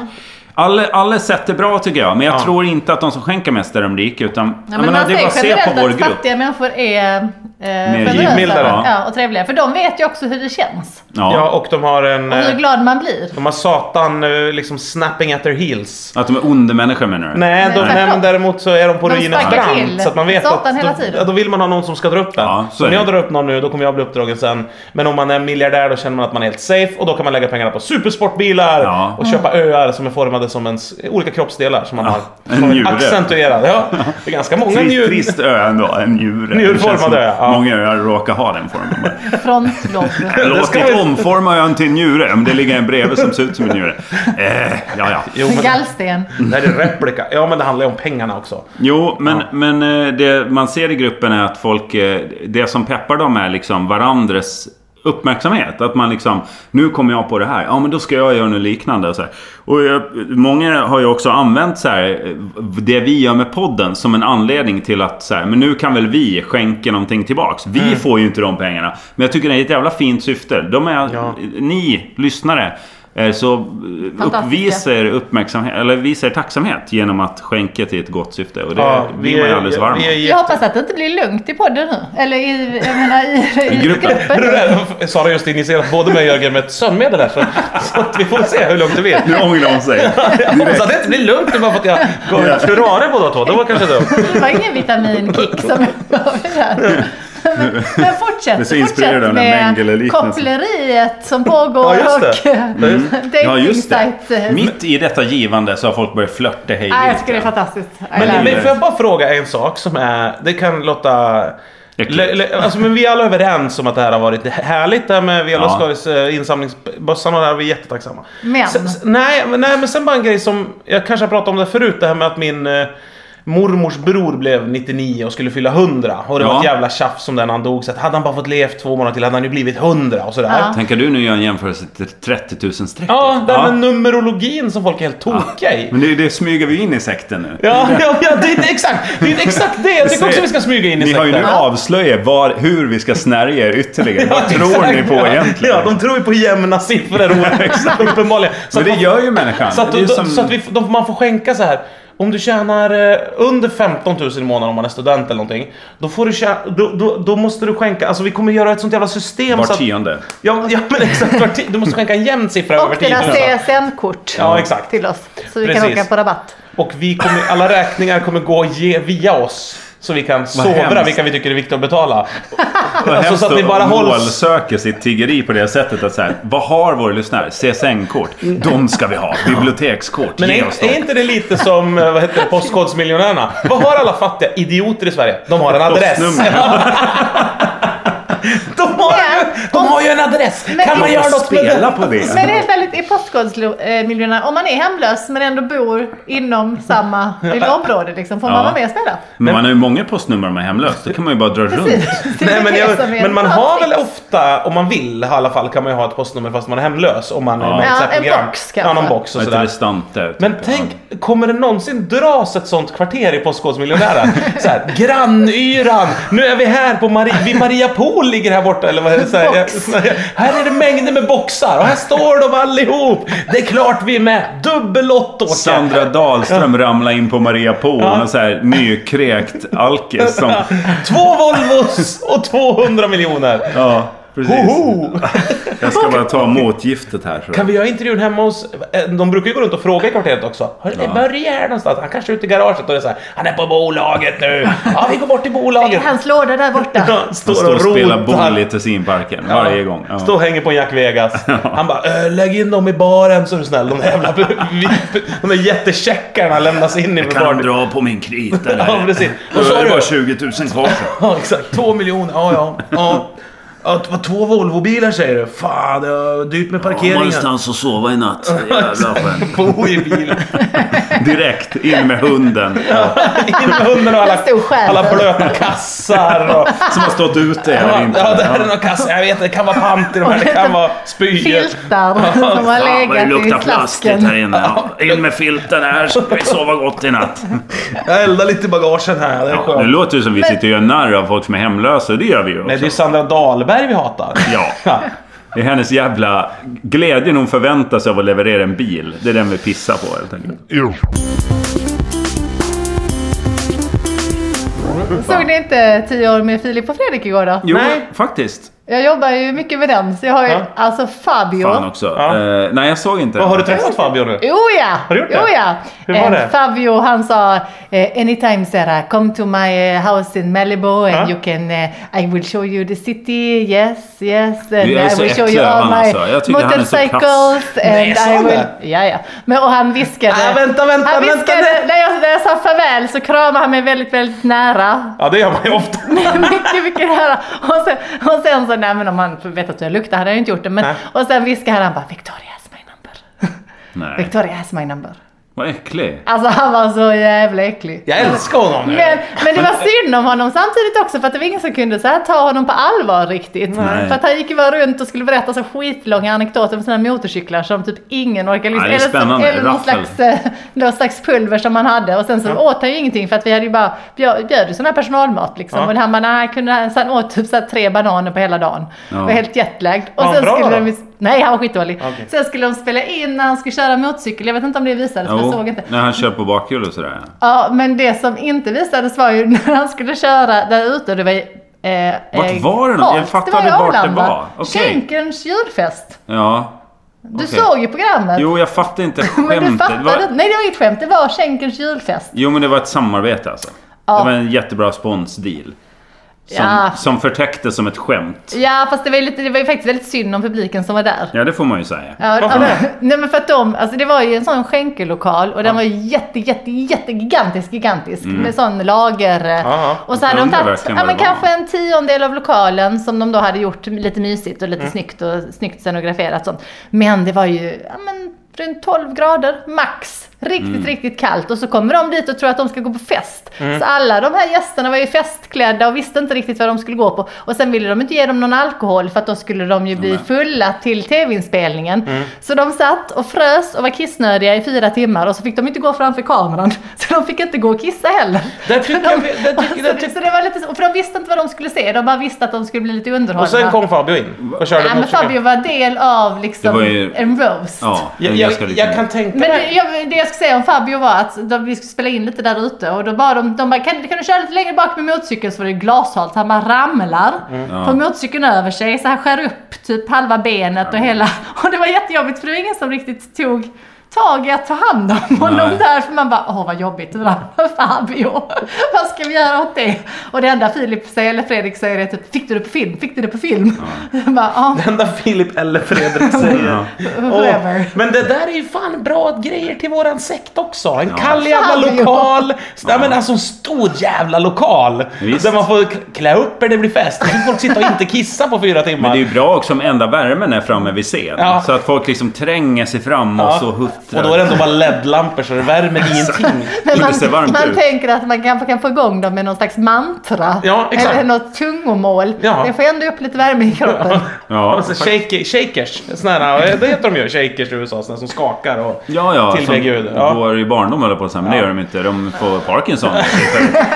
Speaker 3: Ja.
Speaker 2: alla, alla sätt är bra tycker jag, men jag
Speaker 1: Ja.
Speaker 2: tror inte att de som skänker mest är de rika. Utan,
Speaker 3: Ja,
Speaker 2: jag
Speaker 3: men
Speaker 2: menar,
Speaker 3: man
Speaker 2: det är bara
Speaker 3: säger
Speaker 2: att se
Speaker 3: generellt
Speaker 2: på vår
Speaker 3: att
Speaker 2: grupp.
Speaker 3: fattiga människor är eh,
Speaker 2: givmildare.
Speaker 3: generösa
Speaker 2: Ja.
Speaker 3: ja, och trevliga. För de vet ju också hur det känns.
Speaker 2: Ja,
Speaker 1: ja, och de har en...
Speaker 3: Och hur
Speaker 1: eh,
Speaker 3: glad man blir.
Speaker 1: De har Satan eh, liksom snapping at their heels.
Speaker 2: Att de är onda människor menar du?
Speaker 1: Nej, de,
Speaker 3: Nej.
Speaker 1: nej, men däremot så är de på
Speaker 3: De
Speaker 1: ruinens
Speaker 3: sparkar
Speaker 1: brant.
Speaker 3: till
Speaker 1: Så att man vet
Speaker 3: Satan
Speaker 1: att
Speaker 3: hela
Speaker 1: då,
Speaker 3: tiden.
Speaker 1: ja, då vill man ha någon som ska dra upp den.
Speaker 2: Ja, så
Speaker 1: så
Speaker 2: är
Speaker 1: om
Speaker 2: det.
Speaker 1: jag drar upp någon nu, då kommer jag bli uppdragen sen. Men om man är miljardär, då känner man att man är helt safe. Och då kan man lägga pengarna på supersportbilar
Speaker 2: Ja.
Speaker 1: och köpa öar som är formade som ens olika kroppsdelar som man har.
Speaker 2: en
Speaker 1: Som är
Speaker 2: njure.
Speaker 1: Accentuerad. Ja, det är ganska många
Speaker 2: Trist,
Speaker 1: njur...
Speaker 2: trist ö ändå, en njure. Det
Speaker 1: Njurformad
Speaker 2: känns som
Speaker 1: ö, ja.
Speaker 2: Många öar råkar ha den formen.
Speaker 3: Frontlobb.
Speaker 1: ska
Speaker 2: Låtit
Speaker 1: vi-
Speaker 2: omforma ön till en njure. Men det ligger en bredvid som ser ut som en njure. Eh, ja, ja.
Speaker 1: Jo, men
Speaker 3: Gallsten.
Speaker 1: det här är replika. Ja, men det handlar ju om pengarna också.
Speaker 2: Jo, men, men eh, det man ser i gruppen är att folk... eh, Det som peppar dem är liksom varandras uppmärksamhet. Att man liksom, nu kommer jag på det här. Ja, men då ska jag göra något liknande. Och så här. Och jag, många har ju också använt så här, eh, det vi gör med podden som en anledning till att så här, men nu kan väl vi skänka någonting tillbaks. Vi får ju inte de pengarna. Men jag tycker det är ett jävla fint syfte. De är,
Speaker 1: Ja.
Speaker 2: Ni lyssnare är så eh,
Speaker 3: Fantastiska.
Speaker 2: uppvisar uppmärksamhet, eller visar tacksamhet genom att skänka till ett gott syfte. Och det
Speaker 1: Ja,
Speaker 2: blir man ju alldeles varm
Speaker 1: vi
Speaker 2: av.
Speaker 1: är
Speaker 3: Jag hoppas att det inte blir lugnt i podden nu. Eller i, jag menar, i, i,
Speaker 2: I gruppen.
Speaker 3: gruppen.
Speaker 1: Men det där Sara just initierat både mig och Jörgen med ett sömnmedel här. Så, så att vi får se hur långt det blir.
Speaker 2: Nu ångrar hon sig.
Speaker 1: Jag hoppas att det inte blir lugnt nu bara för att jag går och Ferrari båda två. Det var kanske dumt.
Speaker 3: Det var ingen vitaminkick som jag gav det där. Men, men
Speaker 2: Det är
Speaker 3: fortsätt,
Speaker 2: så inspirerad av den
Speaker 3: fortsätt med
Speaker 2: Mengele-liknelsen.
Speaker 3: koppleriet som pågår
Speaker 1: Ja, just det.
Speaker 3: och mm.
Speaker 2: Ja, just det.
Speaker 3: dejtingsajt.
Speaker 2: Mitt i detta givande så har folk börjat flörta hej
Speaker 3: Nej, eh, jag
Speaker 2: vilt.
Speaker 3: tycker det är fantastiskt. I
Speaker 1: Men,
Speaker 3: love
Speaker 1: men
Speaker 3: it.
Speaker 1: får jag bara fråga en sak som är... Det kan låta...
Speaker 4: Äckligt.
Speaker 1: Le, le, alltså, men vi är alla överens om att det här har varit härligt. Det här med Viola
Speaker 4: Ja.
Speaker 1: Skaris eh, insamlingsbössan och det här. Vi är jättetacksamma.
Speaker 3: Men-
Speaker 1: Sen, s- nej, men- nej, men sen bara en grej som... Jag kanske har pratat om det förut. Det här med att min eh, mormors bror blev 99 och skulle fylla 100. Och det var
Speaker 4: Ja.
Speaker 1: ett jävla tjafs om den när han dog. Så att hade han bara fått leva två månader till hade han ju blivit 100 och sådär.
Speaker 3: Ja.
Speaker 1: Ja.
Speaker 4: Tänker du nu göra en jämförelse till 30 000 strecket?
Speaker 1: det här med numerologin som folk är helt tokiga i.
Speaker 4: Men det, det smyger vi in i sekten nu.
Speaker 1: Ja, ja, ja det, det, exakt. Det är exakt det. Jag tycker också vi ska smyga in i
Speaker 2: Ni har ju nu
Speaker 1: sekten.
Speaker 2: avslöjat var, hur vi ska snärja er ytterligare. Vad tror
Speaker 1: Exakt,
Speaker 2: ni på
Speaker 1: ja.
Speaker 2: egentligen?
Speaker 1: Ja, de tror ju på jämna siffror. och- Uppenbarligen. Så
Speaker 2: Men det
Speaker 1: att man-
Speaker 2: gör ju människan.
Speaker 1: Så att,
Speaker 2: det är ju
Speaker 1: då- så att vi, då, man får skänka så här. Om du tjänar eh, under 15 000 i månaden om man är student eller någonting. Då, får du tjäna, då, då, då måste du skänka, alltså vi kommer göra ett sånt jävla system
Speaker 4: Var
Speaker 1: så att,
Speaker 4: tionde.
Speaker 1: ja, ja men exakt, var ti- du måste skänka en jämn siffra över
Speaker 3: Och
Speaker 1: 10
Speaker 3: dina
Speaker 1: 000.
Speaker 3: CSN-kort
Speaker 1: Ja, exakt.
Speaker 3: till oss. Så vi kan
Speaker 1: Precis.
Speaker 3: åka på rabatt.
Speaker 1: Och vi kommer, alla räkningar kommer gå ge, via oss. Så vi kan sovra
Speaker 4: hemskt.
Speaker 1: vilka vi tycker är viktiga att betala.
Speaker 2: Vad
Speaker 1: alltså,
Speaker 2: hemskt
Speaker 1: så att ni
Speaker 2: att
Speaker 1: bara hålls-
Speaker 2: målsöker sitt tiggeri på det sättet att så här, vad har våra lyssnare? CSN-kort? De ska vi ha. Bibliotekskort?
Speaker 1: Men
Speaker 2: Ge
Speaker 1: är,
Speaker 2: oss dem.
Speaker 1: är inte det lite som eh, vad heter det, Postkodmiljonärerna? Vad har alla fattiga idioter i Sverige? De har en adress.
Speaker 2: Postnummer.
Speaker 1: De har, ju, de har ju en adress!
Speaker 3: Men-
Speaker 1: kan man
Speaker 3: Låt
Speaker 1: göra
Speaker 2: Låt oss
Speaker 1: något med
Speaker 2: spela
Speaker 1: det?
Speaker 2: på det.
Speaker 3: Men helt ärligt, är Postkodmiljonär, om man är hemlös men ändå bor inom samma lilla område, liksom, får man
Speaker 2: Ja.
Speaker 3: vara med och spela?
Speaker 2: Men man har ju många postnummer om man är hemlös. Då kan man ju bara dra runt.
Speaker 3: Precis. Det är
Speaker 1: Nej, men,
Speaker 3: Typ. det
Speaker 1: jag,
Speaker 3: som är
Speaker 1: men man
Speaker 3: en
Speaker 1: har
Speaker 3: bra
Speaker 1: väl
Speaker 3: trick.
Speaker 1: ofta, om man vill i alla fall, kan man ju ha ett postnummer fast man är hemlös. Om man är med
Speaker 2: Ja.
Speaker 1: i ett
Speaker 3: Ja,
Speaker 1: sånt här
Speaker 3: en
Speaker 1: program.
Speaker 3: box
Speaker 1: Ja, någon
Speaker 3: kanske.
Speaker 1: box och
Speaker 2: Ett
Speaker 1: sådär.
Speaker 2: restante.
Speaker 1: Men
Speaker 2: typ.
Speaker 1: tänk, kommer det någonsin dras ett sånt kvarter i Postkodmiljonären? Såhär, Grannyran! Nu är vi här på Maria, vid Maria Pool ligger här borta, eller vad är det? Så här,
Speaker 3: Box.
Speaker 1: jag- här är det mängder med boxar och här står de allihop! Det är klart vi är med! Dubbellotto! Åke.
Speaker 2: Sandra Dahlström ramlar in på Maria Pool,
Speaker 1: Ja.
Speaker 2: någon så här nykräkt alkis som...
Speaker 1: Två Volvos och 200 miljoner!
Speaker 2: Ja, precis.
Speaker 1: Hoho!
Speaker 2: Jag ska bara ta motgiftet här. Så.
Speaker 1: Kan vi göra intervjun hemma hos... eh, De brukar ju gå runt och fråga i kvarteret också. Hör, ja. Börje här någonstans. Han kanske är ute i garaget och det är så här, Han är på bolaget nu. Ja, vi går bort till
Speaker 3: Det är
Speaker 1: bolaget.
Speaker 3: hans låda där borta.
Speaker 1: Han
Speaker 2: Han står och spelar
Speaker 1: rotar.
Speaker 2: boll i Tessinparken varje gång. Ja.
Speaker 1: Står och hänger på en Jack Vegas. Han bara "Äh, lägg in dem i baren så är du snäll. De där jävla de där jättecheckarna lämnas in i
Speaker 2: Jag kan
Speaker 1: baren.
Speaker 2: dra på min krita där.
Speaker 1: Ja precis.
Speaker 2: Då
Speaker 1: Vad
Speaker 2: är
Speaker 1: sa
Speaker 2: det
Speaker 1: du?
Speaker 2: bara 20 000 kvar sen.
Speaker 1: Ja exakt. Två miljoner. Ja ja. ja. Ja, det var två Volvobilar säger du. Fan, det var dyrt med parkeringar.
Speaker 2: att sova i natt. Jävla skönt.
Speaker 1: Bo i bil.
Speaker 2: Direkt in med hunden.
Speaker 1: In med hunden och alla,
Speaker 3: En stor skärm.
Speaker 1: alla blöta kassar. Och,
Speaker 2: Som har stått ute hela
Speaker 1: ja,
Speaker 2: vintern.
Speaker 1: ja, det här är någon kassa. Jag vet inte, det kan vara pant i de här. Det kan vara spyor.
Speaker 3: Filtar som har
Speaker 2: Fan vad det
Speaker 3: legat
Speaker 2: luktar
Speaker 3: i
Speaker 2: plastigt
Speaker 3: slasken.
Speaker 2: här inne. Ja, in med filten här så ska vi sova gott i natt.
Speaker 1: Jag eldar lite i bagagen här. Det är
Speaker 2: Nu
Speaker 1: skönt.
Speaker 2: låter det som vi sitter och gör narr av folk som är hemlösa. och Det gör vi ju
Speaker 1: Nej, det är
Speaker 2: också.
Speaker 1: ju Sandra Dahlberg vi hatar.
Speaker 2: Ja.
Speaker 1: Ja.
Speaker 2: Det är hennes jävla glädjen hon förväntar sig av att leverera en bil. Det är den vi pissar på helt enkelt.
Speaker 3: Såg ni inte 10 år med Filip och Fredrik igår då?
Speaker 2: Jo,
Speaker 1: Nej.
Speaker 2: faktiskt.
Speaker 3: Jag jobbar ju mycket med den, så jag har ju
Speaker 1: Ja.
Speaker 3: alltså Fabio.
Speaker 2: Fan också.
Speaker 1: Ja.
Speaker 2: Eh, nej, jag såg inte
Speaker 1: Vad,
Speaker 2: den.
Speaker 1: Har du träffat Fabio nu?
Speaker 3: Jo ja!
Speaker 1: Har du gjort det?
Speaker 3: Jo, ja. Eh,
Speaker 1: Hur var det?
Speaker 3: Fabio han sa eh, anytime Sarah, come to my eh, house in Malibu and
Speaker 1: Ja.
Speaker 3: you can, eh, I will show you the city, yes, yes. And
Speaker 2: Du är
Speaker 3: I
Speaker 2: så
Speaker 3: will show
Speaker 2: äcklig
Speaker 3: you
Speaker 2: av
Speaker 3: all
Speaker 2: han
Speaker 3: my
Speaker 2: alltså. Jag tycker han är så kass.
Speaker 3: motorcycles.
Speaker 1: Nej, sa
Speaker 3: and
Speaker 1: han det?
Speaker 3: I will... Ja, ja. Men, och han viskade.
Speaker 1: Ah, vänta, vänta, vänta,
Speaker 3: han viskade,
Speaker 1: vänta.
Speaker 3: När, jag, när jag sa farväl så kramade han mig väldigt, väldigt nära.
Speaker 1: Ja, det gör man ju ofta.
Speaker 3: mycket, mycket nära. Och sen, och sen så, nej men om han vetat hur jag luktar hade han ju inte gjort det. Men,
Speaker 1: Nej.
Speaker 3: och sen viskade han bara, Victoria has my number.
Speaker 2: Nej.
Speaker 3: Victoria has my number.
Speaker 2: Vad äcklig.
Speaker 3: Alltså han var så jävla äcklig.
Speaker 1: Jag älskar honom nu.
Speaker 3: Men, men det var synd om honom samtidigt också för att det var ingen som kunde så här ta honom på allvar riktigt.
Speaker 2: Nej.
Speaker 3: För att han gick ju bara runt och skulle berätta så skitlånga anekdoter om sina motorcyklar som typ ingen orkar lyssna
Speaker 2: Nej, det är
Speaker 3: Eller som-
Speaker 2: spännande.
Speaker 3: Eller någon
Speaker 2: Raffel.
Speaker 3: slags, eh, någon slags pulver som han hade och sen så åt han ju ingenting för att vi hade ju bara bjöd, bjöd ju sån här personalmat liksom.
Speaker 1: Ja.
Speaker 3: Och han bara nej, kunde, så han åt typ så här tre bananer på hela dagen.
Speaker 2: Ja.
Speaker 3: Var helt jetlagd. Och
Speaker 1: Var han
Speaker 3: sen
Speaker 1: bra
Speaker 3: skulle
Speaker 1: då?
Speaker 3: de, nej han var skitdålig.
Speaker 1: Okej.
Speaker 3: Sen skulle de spela in när han skulle köra motorcykel. Jag vet inte om det visades, för jag såg inte.
Speaker 2: när han kör på bakhjul och sådär.
Speaker 3: Ja, men det som inte visades var ju när han skulle köra där ute. Det var ju... Eh,
Speaker 2: Vart
Speaker 3: eh,
Speaker 2: var det nå- jag
Speaker 3: halt.
Speaker 2: fattade
Speaker 3: var i
Speaker 2: vart det
Speaker 3: Arlanda.
Speaker 2: var. Okej.
Speaker 3: Schenkerns julfest.
Speaker 2: Ja.
Speaker 3: Du
Speaker 2: Okej.
Speaker 3: såg ju programmet.
Speaker 2: Jo, jag fattar inte
Speaker 3: men du
Speaker 2: skämtet.
Speaker 3: fattade
Speaker 2: Det var-
Speaker 3: inte. Nej, det var inget skämt. Det var Schenkerns julfest.
Speaker 2: Jo, men det var ett samarbete alltså.
Speaker 3: Ja.
Speaker 2: Det var en jättebra sponsdeal. Som,
Speaker 3: Ja.
Speaker 2: som förtäcktes som ett skämt.
Speaker 3: Ja, fast det var, ju lite, det var ju faktiskt väldigt synd om publiken som var där.
Speaker 2: Ja, det får man ju säga.
Speaker 3: Ja,
Speaker 1: Varför
Speaker 3: ja,
Speaker 1: det?
Speaker 3: men- Nej men för att de, alltså det var ju en sån skänkelokal och den var ju jätte, jätte, jätte gigantisk, gigantisk med sån lager. eh,
Speaker 1: ja.
Speaker 3: Och så hade
Speaker 2: Mm. Jag
Speaker 3: de
Speaker 2: undrar
Speaker 3: tagit,
Speaker 2: verkligen
Speaker 3: ja
Speaker 2: vad
Speaker 3: men
Speaker 2: det var.
Speaker 3: kanske en tiondel av lokalen som de då hade gjort lite mysigt och lite
Speaker 1: Mm.
Speaker 3: snyggt och snyggt scenograferat sånt. Men det var ju, ja men runt 12 grader max. Riktigt,
Speaker 1: Mm.
Speaker 3: riktigt kallt och så kommer de dit och tror att de ska gå på fest. Så alla de här gästerna var ju festklädda och visste inte riktigt vad de skulle gå på. Och sen ville de inte ge dem någon alkohol för att då skulle de ju bli fulla till tv-inspelningen.
Speaker 1: Mm.
Speaker 3: Så de satt och frös och var kissnödiga i fyra timmar och så fick de inte gå framför kameran. Så de fick inte gå och kissa heller.
Speaker 1: Där tycker jag vi- där tycker- där
Speaker 3: Alltså,
Speaker 1: tycker-
Speaker 3: så det var lite så, för de visste inte vad de skulle se, de bara visste att de skulle bli lite underhållna.
Speaker 1: Och sen kom Fabio in och körde
Speaker 3: Nej, men
Speaker 1: motorcykel.
Speaker 3: Fabio var del av
Speaker 2: Det
Speaker 3: liksom
Speaker 2: var ju-
Speaker 3: en roast.
Speaker 2: Ja,
Speaker 1: Jag,
Speaker 2: en ganska
Speaker 1: jag,
Speaker 2: liten-
Speaker 1: jag kan tänka
Speaker 3: Men
Speaker 1: mig...
Speaker 3: det, jag, det jag skulle säga om Fabio var att de, vi skulle spela in lite där ute och då bara de, de bara, kan, kan du köra lite längre bak med motorcykeln så var det glashalt. Han bara ramlar, får motorcykeln över sig så han skär upp typ halva benet och hela. Och det var jättejobbigt för det var ingen som riktigt tog tag i att ta hand om honom
Speaker 2: Nej.
Speaker 3: där. För man bara, åh vad jobbigt det där för Fabio. vad ska vi göra åt det? Och det enda Filip säger, eller Fredrik säger är typ, fick du det på film? Fick du det på film? Jag bara, ja,
Speaker 1: Det enda Filip eller Fredrik säger.
Speaker 3: whoever.
Speaker 1: Åh, men det där är ju fan bra grejer till våran sekt också. En kall
Speaker 3: Fan,
Speaker 1: jävla
Speaker 3: ja.
Speaker 1: lokal. Ja. Men alltså en stor jävla lokal.
Speaker 2: Visst.
Speaker 1: Där man får k- klä upp er, det blir fest. Så får folk sitta och inte kissa på fyra timmar.
Speaker 2: Men det är ju bra också om enda värmen är framme vid scen.
Speaker 1: Ja.
Speaker 2: Så att folk liksom tränger sig fram och
Speaker 1: Ja.
Speaker 2: så huttrar.
Speaker 1: och då är det ändå bara LED-lampor så det värmer ingenting.
Speaker 3: Men
Speaker 2: Inte
Speaker 3: man,
Speaker 2: se varmt
Speaker 3: man
Speaker 2: ut.
Speaker 3: tänker att man kanske kan få igång dem med någon slags mantra.
Speaker 1: Ja, exakt.
Speaker 3: Eller något tungomål.
Speaker 1: Ja.
Speaker 3: Det får ändå upp lite värme i kroppen.
Speaker 2: Ja,
Speaker 1: Alltså, shake, shakers, såna här, det heter de ju, shakers i USA, såna som skakar och
Speaker 2: ja, ja.
Speaker 1: Till
Speaker 2: Som
Speaker 1: med Gud, ja.
Speaker 2: går i barndom höll jag på att säga, men det gör de inte. De får Parkinson.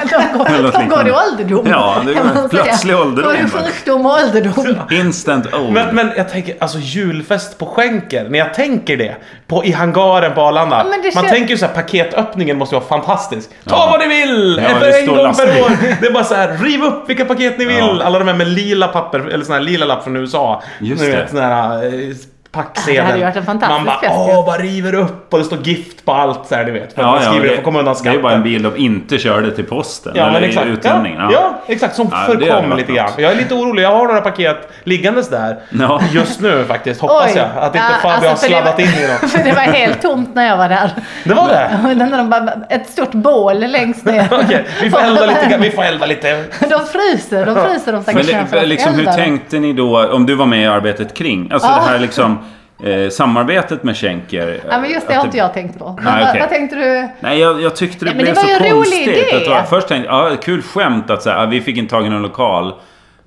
Speaker 3: De går,
Speaker 2: Något
Speaker 3: de går i
Speaker 2: liknande.
Speaker 3: ålderdom.
Speaker 2: Ja, det
Speaker 3: kan
Speaker 2: går-
Speaker 3: man säga.
Speaker 2: plötslig ålderdom.
Speaker 3: Går i sjukdom och ålderdom.
Speaker 2: Instant old.
Speaker 1: Men, men jag tänker, alltså julfest på skänker, när jag tänker det på, i hangaren på Arlanda.
Speaker 3: men det
Speaker 1: man
Speaker 3: kän-
Speaker 1: tänker ju såhär, paketöppningen måste ju vara fantastisk. Ta vad ni vill!
Speaker 2: Ja,
Speaker 1: för
Speaker 2: det
Speaker 1: en
Speaker 2: står
Speaker 1: gång
Speaker 2: lastbil.
Speaker 1: per år. Det är bara så här, riv upp vilka paket ni vill!
Speaker 2: Ja.
Speaker 1: Alla de här med lila papper, eller sån här lila lapp från USA.
Speaker 2: Just
Speaker 1: nu
Speaker 2: det.
Speaker 1: vet, sån här eh, packsedeln.
Speaker 3: Det hade ju varit en fantastisk
Speaker 1: Man bara,
Speaker 3: fest, ju.
Speaker 1: åh, bara river upp och det står gift på allt så här, du vet. För att
Speaker 2: Ja,
Speaker 1: man
Speaker 2: ja,
Speaker 1: skriver det för att komma undan
Speaker 2: det är
Speaker 1: skatten.
Speaker 2: ju bara en bil de inte körde till posten
Speaker 1: Ja, men
Speaker 2: eller
Speaker 1: exakt.
Speaker 2: i utlänningen.
Speaker 1: Ja, ja, exakt. Som
Speaker 2: Ja, det hade
Speaker 1: förkom
Speaker 2: varit
Speaker 1: lite
Speaker 2: något.
Speaker 1: grann. Jag är lite orolig. Jag har några paket liggandes där.
Speaker 2: Ja.
Speaker 1: Just nu faktiskt. Hoppas jag. Att inte
Speaker 3: Ja, alltså,
Speaker 1: Fabio har
Speaker 3: för det
Speaker 1: sladdat
Speaker 3: var-
Speaker 1: in i dem.
Speaker 3: För det var helt tomt när jag var där.
Speaker 1: Det var det?
Speaker 3: Och när de bara, ett stort bål längst ner.
Speaker 1: Okej, vi får elda lite. grann. Vi får elda lite.
Speaker 3: De fryser, de fryser de
Speaker 2: Men
Speaker 3: stackars
Speaker 2: det,
Speaker 3: människorna.
Speaker 2: liksom, hur
Speaker 3: Eldar de.
Speaker 2: tänkte ni då, om du var med i arbetet kring? Alltså
Speaker 3: Ja.
Speaker 2: det här liksom eh, samarbetet med Schenker.
Speaker 3: Ah. Ja, men just det
Speaker 2: Att
Speaker 3: har inte jag tänkt på. Men
Speaker 2: typ. Nej,
Speaker 3: vad,
Speaker 2: okej.
Speaker 3: vad tänkte du?
Speaker 2: Nej, jag, jag tyckte det
Speaker 3: Ja, men
Speaker 2: blev
Speaker 3: det var ju
Speaker 2: så
Speaker 3: en rolig
Speaker 2: konstigt.
Speaker 3: idé.
Speaker 2: Att det var, först tänkte jag, ja, kul skämt att så här, ja, vi fick inte tag i någon lokal.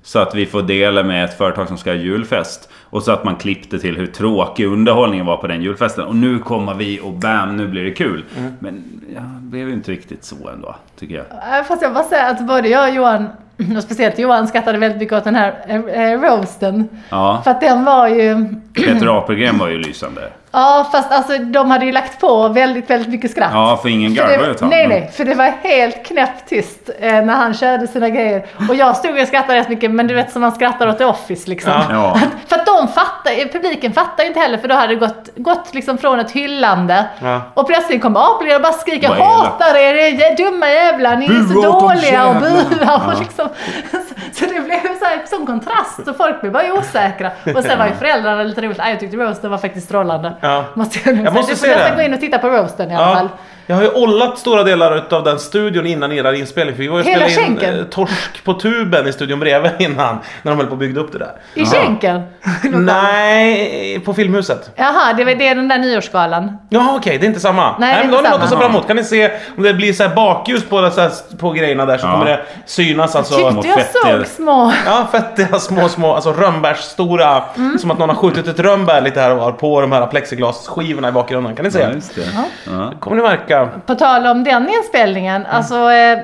Speaker 2: Så att vi får dela med ett företag som ska ha julfest. Och så att man klippte till hur tråkig underhållningen var på den julfesten. Och nu kommer vi och bam, nu blir det kul.
Speaker 1: Mm.
Speaker 2: Men ja, det blev ju inte riktigt så ändå, tycker jag.
Speaker 3: Ja, Äh, Fast jag måste säga att både jag och Johan, och speciellt Johan, skrattade väldigt mycket åt den här eh, eh, roasten.
Speaker 2: Ja.
Speaker 3: För att den var ju...
Speaker 2: Peter Apelgren var ju lysande.
Speaker 3: Ja, fast alltså de hade ju lagt på väldigt, väldigt mycket skratt.
Speaker 2: Ja, för ingen
Speaker 3: För
Speaker 2: garvade ju
Speaker 3: det,
Speaker 2: ett tag.
Speaker 3: nej, nej, för det var helt knäpptyst eh, när han körde sina grejer. Och jag stod och skrattade rätt mycket, men du vet som man skrattar åt The Office liksom.
Speaker 1: Ja.
Speaker 2: Ja.
Speaker 3: För att de fattar, eh, publiken fattar ju inte heller för då hade det gått, gått liksom från ett hyllande
Speaker 1: Ja.
Speaker 3: och plötsligt kommer Apelgren och bara skriker
Speaker 2: Vad elakt.
Speaker 3: hatar er, era dumma jävlar, ni är så
Speaker 2: Bua åt de
Speaker 3: dåliga och
Speaker 2: jävlarna."
Speaker 3: buar och liksom. så- Så det blev så här, sån kontrast så folk blev bara osäkra. Och sen var ju föräldrarna lite roligt, "Ah, jag tyckte roasten var faktiskt strålande.
Speaker 1: Ja.
Speaker 3: Måste jag nog
Speaker 1: Jag
Speaker 3: säga.
Speaker 1: måste
Speaker 3: du får
Speaker 1: se
Speaker 3: nästan
Speaker 1: den.
Speaker 3: gå in och titta på roasten i alla
Speaker 1: Ja.
Speaker 3: fall.
Speaker 1: Jag har ju ollat stora delar av den studion innan era inspelning. För vi var ju och
Speaker 3: Hela
Speaker 1: spelade in
Speaker 3: skänken?
Speaker 1: eh, Torsk på tuben i studion bredvid innan. När de höll på och byggde upp det där.
Speaker 3: I skänken?
Speaker 1: Nej, på Filmhuset.
Speaker 3: Jaha, det, var- det är den där nyårsgalan.
Speaker 1: Jaha okej, det är inte samma. Nej,
Speaker 3: det är
Speaker 1: men
Speaker 3: inte
Speaker 1: då har ni något
Speaker 3: samma.
Speaker 1: att se fram emot. Kan ni se om det blir så här bakljus på, så här, på grejerna där så
Speaker 2: Ja.
Speaker 1: kommer det synas alltså.
Speaker 3: Tyckte jag
Speaker 2: fett är det.
Speaker 3: såg små...
Speaker 1: Ja, fettiga små, små, alltså rönnbärsstora.
Speaker 3: Mm.
Speaker 1: Som att någon har skjutit ett rönnbär lite här och var på de här plexiglasskivorna i bakgrunden. Kan ni se?
Speaker 2: Ja, just det. Ja.
Speaker 1: kommer ni märka.
Speaker 3: På tal om den inspelningen,
Speaker 2: Mm.
Speaker 3: alltså eh,